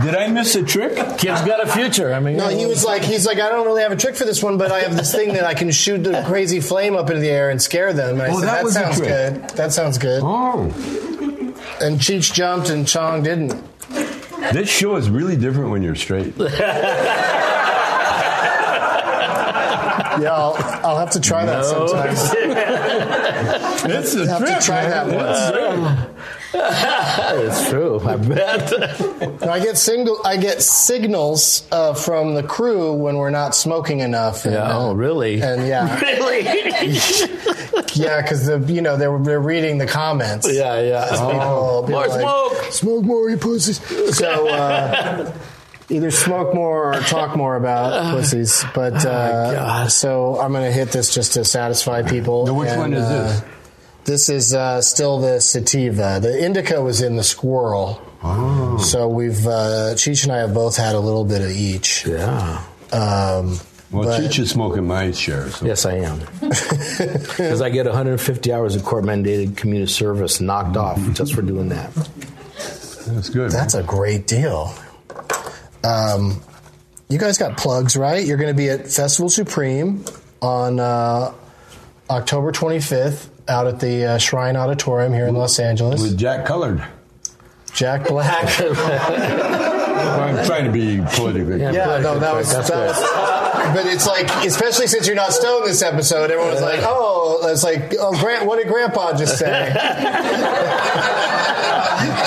[SPEAKER 3] Did I miss a trick?
[SPEAKER 4] Kid's got a future. I mean,
[SPEAKER 2] No, he was like, he's like, I don't really have a trick for this one, but I have this thing that I can shoot the crazy flame up into the air and scare them. And I
[SPEAKER 3] Oh,
[SPEAKER 2] said,
[SPEAKER 3] that
[SPEAKER 2] that,
[SPEAKER 3] was the
[SPEAKER 2] sounds
[SPEAKER 3] trick.
[SPEAKER 2] good. That sounds good.
[SPEAKER 3] Oh,
[SPEAKER 2] And Cheech jumped and Chong didn't.
[SPEAKER 3] this show is really different when you're straight.
[SPEAKER 2] Yeah, I'll, I'll have to try that
[SPEAKER 9] No.
[SPEAKER 2] sometime.
[SPEAKER 9] It's a
[SPEAKER 2] have
[SPEAKER 9] trip,
[SPEAKER 2] to try
[SPEAKER 9] man.
[SPEAKER 2] that once.
[SPEAKER 4] it's true. I bet.
[SPEAKER 2] No, I get single. I get signals uh, from the crew when we're not smoking enough. And, uh,
[SPEAKER 4] Yeah, oh, really?
[SPEAKER 2] and yeah,
[SPEAKER 4] really?
[SPEAKER 2] yeah, because the you know they're they're reading the comments.
[SPEAKER 4] yeah, yeah.
[SPEAKER 2] Oh,
[SPEAKER 4] More
[SPEAKER 2] people
[SPEAKER 4] smoke.
[SPEAKER 2] Smoke more, you pussies. So uh, either smoke more or talk more about pussies.
[SPEAKER 4] oh
[SPEAKER 2] But uh, so I'm gonna hit this just to satisfy people.
[SPEAKER 3] Now, which
[SPEAKER 2] And,
[SPEAKER 3] one is this?
[SPEAKER 2] uh, This is uh, still the sativa. The indica was in the squirrel.
[SPEAKER 3] Oh.
[SPEAKER 2] So we've uh, Cheech and I have both had a little bit of each.
[SPEAKER 4] Yeah.
[SPEAKER 2] Um,
[SPEAKER 3] Well,
[SPEAKER 2] but-
[SPEAKER 3] Cheech is smoking my share. So.
[SPEAKER 4] Yes, I am. Because I get 150 hours of court mandated community service knocked off just for doing that.
[SPEAKER 3] That's good.
[SPEAKER 2] That's a great deal. Um, you guys got plugs, right? You're going to be at Festival Supreme on uh, October 25th out at the uh, Shrine Auditorium here in Los Angeles.
[SPEAKER 3] With Jack Colored.
[SPEAKER 2] Jack Black.
[SPEAKER 3] I'm trying to be politically correct.
[SPEAKER 2] yeah, no, that was.
[SPEAKER 4] That's
[SPEAKER 2] That was but it's like, especially since you're not stoned this episode, everyone was like, oh, it's like, oh, Grant, what did Grandpa just say?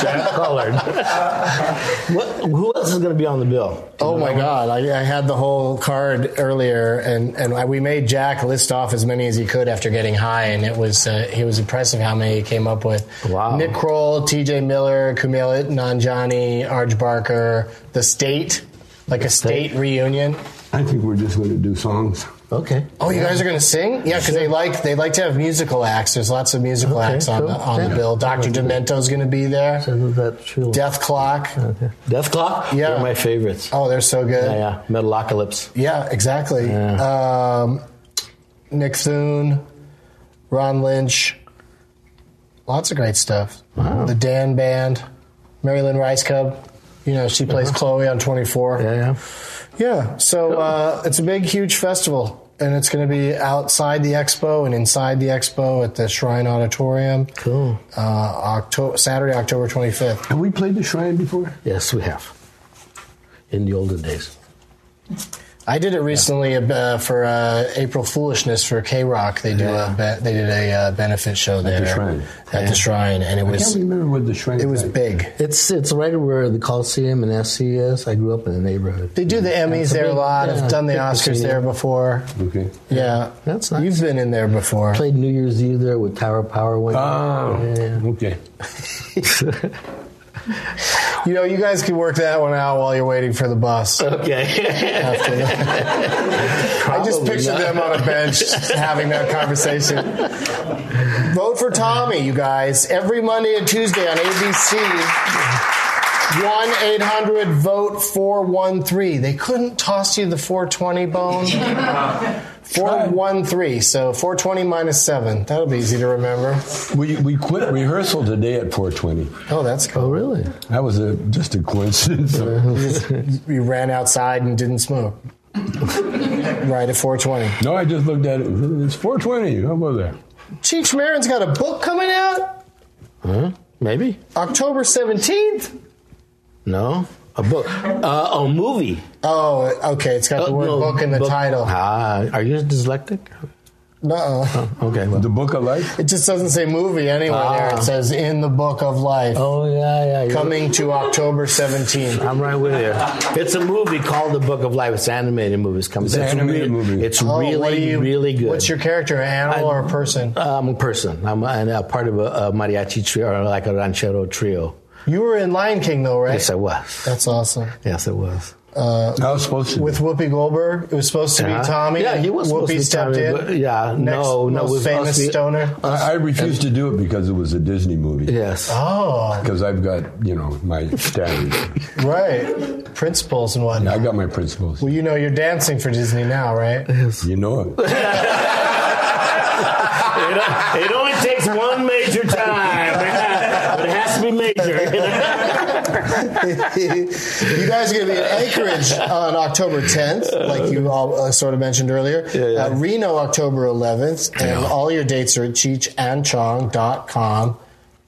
[SPEAKER 4] Jack Collard. what, who else is going to be on the bill?
[SPEAKER 2] Oh my God! I, I had the whole card earlier, and and I, we made Jack list off as many as he could after getting high, and it was uh, it was impressive how many he came up with.
[SPEAKER 4] Wow.
[SPEAKER 2] Nick Kroll, T.J. Miller, Kumail Nanjiani, Arj Barker, The State, like a state, reunion.
[SPEAKER 3] I think we're just going to do songs.
[SPEAKER 4] Okay.
[SPEAKER 2] Oh, you guys are going to sing? Yeah, because they like they like to have musical acts. There's lots of musical
[SPEAKER 4] Okay,
[SPEAKER 2] acts on
[SPEAKER 4] cool.
[SPEAKER 2] the, on
[SPEAKER 4] Yeah.
[SPEAKER 2] the bill. Doctor Demento's going to be there.
[SPEAKER 4] That's true.
[SPEAKER 2] Death Clock.
[SPEAKER 4] Okay. Death Clock?
[SPEAKER 2] Yeah.
[SPEAKER 4] They're my favorites.
[SPEAKER 2] Oh, they're so good.
[SPEAKER 4] Yeah, yeah. Metalocalypse.
[SPEAKER 2] Yeah, exactly. Um, Nick Thune, Ron Lynch, lots of great stuff. The Dan Band, Marilyn Rice Cub. You know, she plays Chloe on 24.
[SPEAKER 4] Uh-huh. Yeah, yeah.
[SPEAKER 2] Yeah, so uh, it's a big, huge festival. And it's going to be outside the expo and inside the expo at the Shrine Auditorium.
[SPEAKER 4] Cool.
[SPEAKER 2] Uh, October, Saturday, October 25th.
[SPEAKER 3] Have we played the Shrine before?
[SPEAKER 4] Yes, we have. In the olden days.
[SPEAKER 2] I did it recently uh, for uh, April Foolishness for K Rock. They do a be- they did a uh, benefit show there
[SPEAKER 3] Shrine.
[SPEAKER 2] at the shrine, and it
[SPEAKER 3] I can't
[SPEAKER 2] was
[SPEAKER 3] remember what the Shrine
[SPEAKER 2] it was
[SPEAKER 3] played.
[SPEAKER 2] big.
[SPEAKER 4] It's it's right where the Coliseum and FC is. I grew up in the neighborhood.
[SPEAKER 2] They do the Emmys
[SPEAKER 4] That's
[SPEAKER 2] there a
[SPEAKER 4] big-
[SPEAKER 2] lot.
[SPEAKER 4] yeah,
[SPEAKER 2] I've done the
[SPEAKER 4] big
[SPEAKER 2] Oscars
[SPEAKER 4] casino.
[SPEAKER 2] there before.
[SPEAKER 3] Okay.
[SPEAKER 2] Yeah,
[SPEAKER 4] That's nice.
[SPEAKER 2] You've been in there before.
[SPEAKER 4] Played New Year's Eve there with Tower Power one.
[SPEAKER 3] Oh,
[SPEAKER 4] year.
[SPEAKER 3] okay.
[SPEAKER 2] You know, you guys could work that one out while you're waiting for the bus.
[SPEAKER 4] Okay.
[SPEAKER 2] After that. I just
[SPEAKER 4] Probably
[SPEAKER 2] pictured
[SPEAKER 4] not.
[SPEAKER 2] them on a bench having that conversation. Vote for Tommy, you guys. Every Monday and Tuesday on ABC. 1 800 vote 413. They couldn't toss you the 420 bone. 413, so 420 minus 7. That'll be easy to remember.
[SPEAKER 3] We, we quit rehearsal today at 420.
[SPEAKER 2] Oh, that's
[SPEAKER 4] Oh,
[SPEAKER 2] cool.
[SPEAKER 4] really?
[SPEAKER 3] That was a, just a coincidence.
[SPEAKER 2] You ran outside and didn't smoke. right at 420.
[SPEAKER 3] no, I just looked at it. It's 420. How about that?
[SPEAKER 2] Cheech Marin's got a book coming out
[SPEAKER 4] Huh? Maybe.
[SPEAKER 2] October 17th.
[SPEAKER 4] No. A book. Uh, a movie.
[SPEAKER 2] Oh, okay. It's got the
[SPEAKER 4] Uh,
[SPEAKER 2] word
[SPEAKER 4] no,
[SPEAKER 2] book in the title.
[SPEAKER 4] Ah, are you dyslexic?
[SPEAKER 2] Uh-uh.
[SPEAKER 4] Okay. well-
[SPEAKER 3] The Book of Life?
[SPEAKER 2] It just doesn't say movie anywhere there.
[SPEAKER 4] Ah.
[SPEAKER 2] It says in the book of life.
[SPEAKER 4] Oh yeah, yeah. you're-
[SPEAKER 2] Coming to October 17th.
[SPEAKER 4] I'm right with you. It's a movie called The Book of Life. It's an animated movie. It's coming.
[SPEAKER 3] It's an animated movie.
[SPEAKER 4] It's
[SPEAKER 2] Oh,
[SPEAKER 4] really,
[SPEAKER 2] what do you-
[SPEAKER 4] really good.
[SPEAKER 2] What's your character, an animal
[SPEAKER 4] I-
[SPEAKER 2] or a person?
[SPEAKER 4] I'm a Um, person. I'm a, and a part of a, a mariachi trio or like a ranchero trio.
[SPEAKER 2] You were in Lion King, though, right?
[SPEAKER 4] Yes, I was.
[SPEAKER 2] That's awesome.
[SPEAKER 4] Yes, it was.
[SPEAKER 3] I was supposed to.
[SPEAKER 2] With Whoopi Goldberg, it was supposed to be
[SPEAKER 4] Uh-huh.
[SPEAKER 2] Tommy.
[SPEAKER 4] Yeah, he was
[SPEAKER 2] Whoopi
[SPEAKER 4] supposed to be
[SPEAKER 2] stepped
[SPEAKER 4] Tommy,
[SPEAKER 2] in.
[SPEAKER 4] but- yeah,
[SPEAKER 2] Next
[SPEAKER 4] no, no, it
[SPEAKER 2] most
[SPEAKER 4] was supposed
[SPEAKER 2] famous
[SPEAKER 4] to be-
[SPEAKER 2] stoner.
[SPEAKER 3] I, I refused to do it because it was a Disney movie.
[SPEAKER 4] Yes.
[SPEAKER 2] Oh,
[SPEAKER 3] Because I've got, you know, my standards.
[SPEAKER 2] right, principles and whatnot.
[SPEAKER 3] I got my principles.
[SPEAKER 2] Well, you know you're dancing for Disney now, right?
[SPEAKER 3] You know it.
[SPEAKER 4] It, it only takes one major time, but it has to be major.
[SPEAKER 2] you guys are going to be in Anchorage on October 10th, like you all uh, sort of mentioned earlier.
[SPEAKER 4] Yeah, yeah.
[SPEAKER 2] Uh, Reno, October 11th. And all your dates are at cheechandchong.com.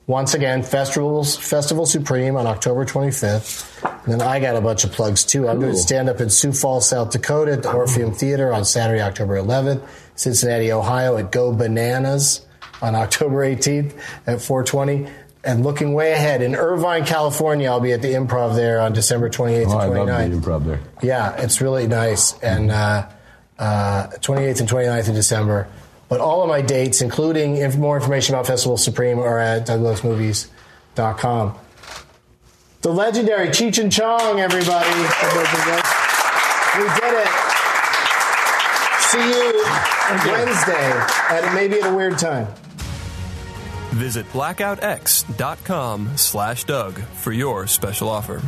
[SPEAKER 2] Once again, festivals, Festival Supreme on October 25th. And then I got a bunch of plugs too. I'm doing
[SPEAKER 4] Cool.
[SPEAKER 2] stand up in Sioux Falls, South Dakota at the Orpheum Theater on Saturday, October 11th. Cincinnati, Ohio at Go Bananas on October 18th at 420. And looking way ahead in Irvine, California, I'll be at the improv there on December 28th
[SPEAKER 3] Oh, I
[SPEAKER 2] and 29th.
[SPEAKER 3] love the improv there.
[SPEAKER 2] Yeah, it's really nice. And uh, uh, 28th and 29th of December. But all of my dates, including inf- more information about Festival Supreme, are at douglasmovies.com. The legendary Cheech and Chong, everybody. We did it. See you Wednesday, at maybe at a weird time.
[SPEAKER 1] Visit blackoutx.com slash Doug for your special offer.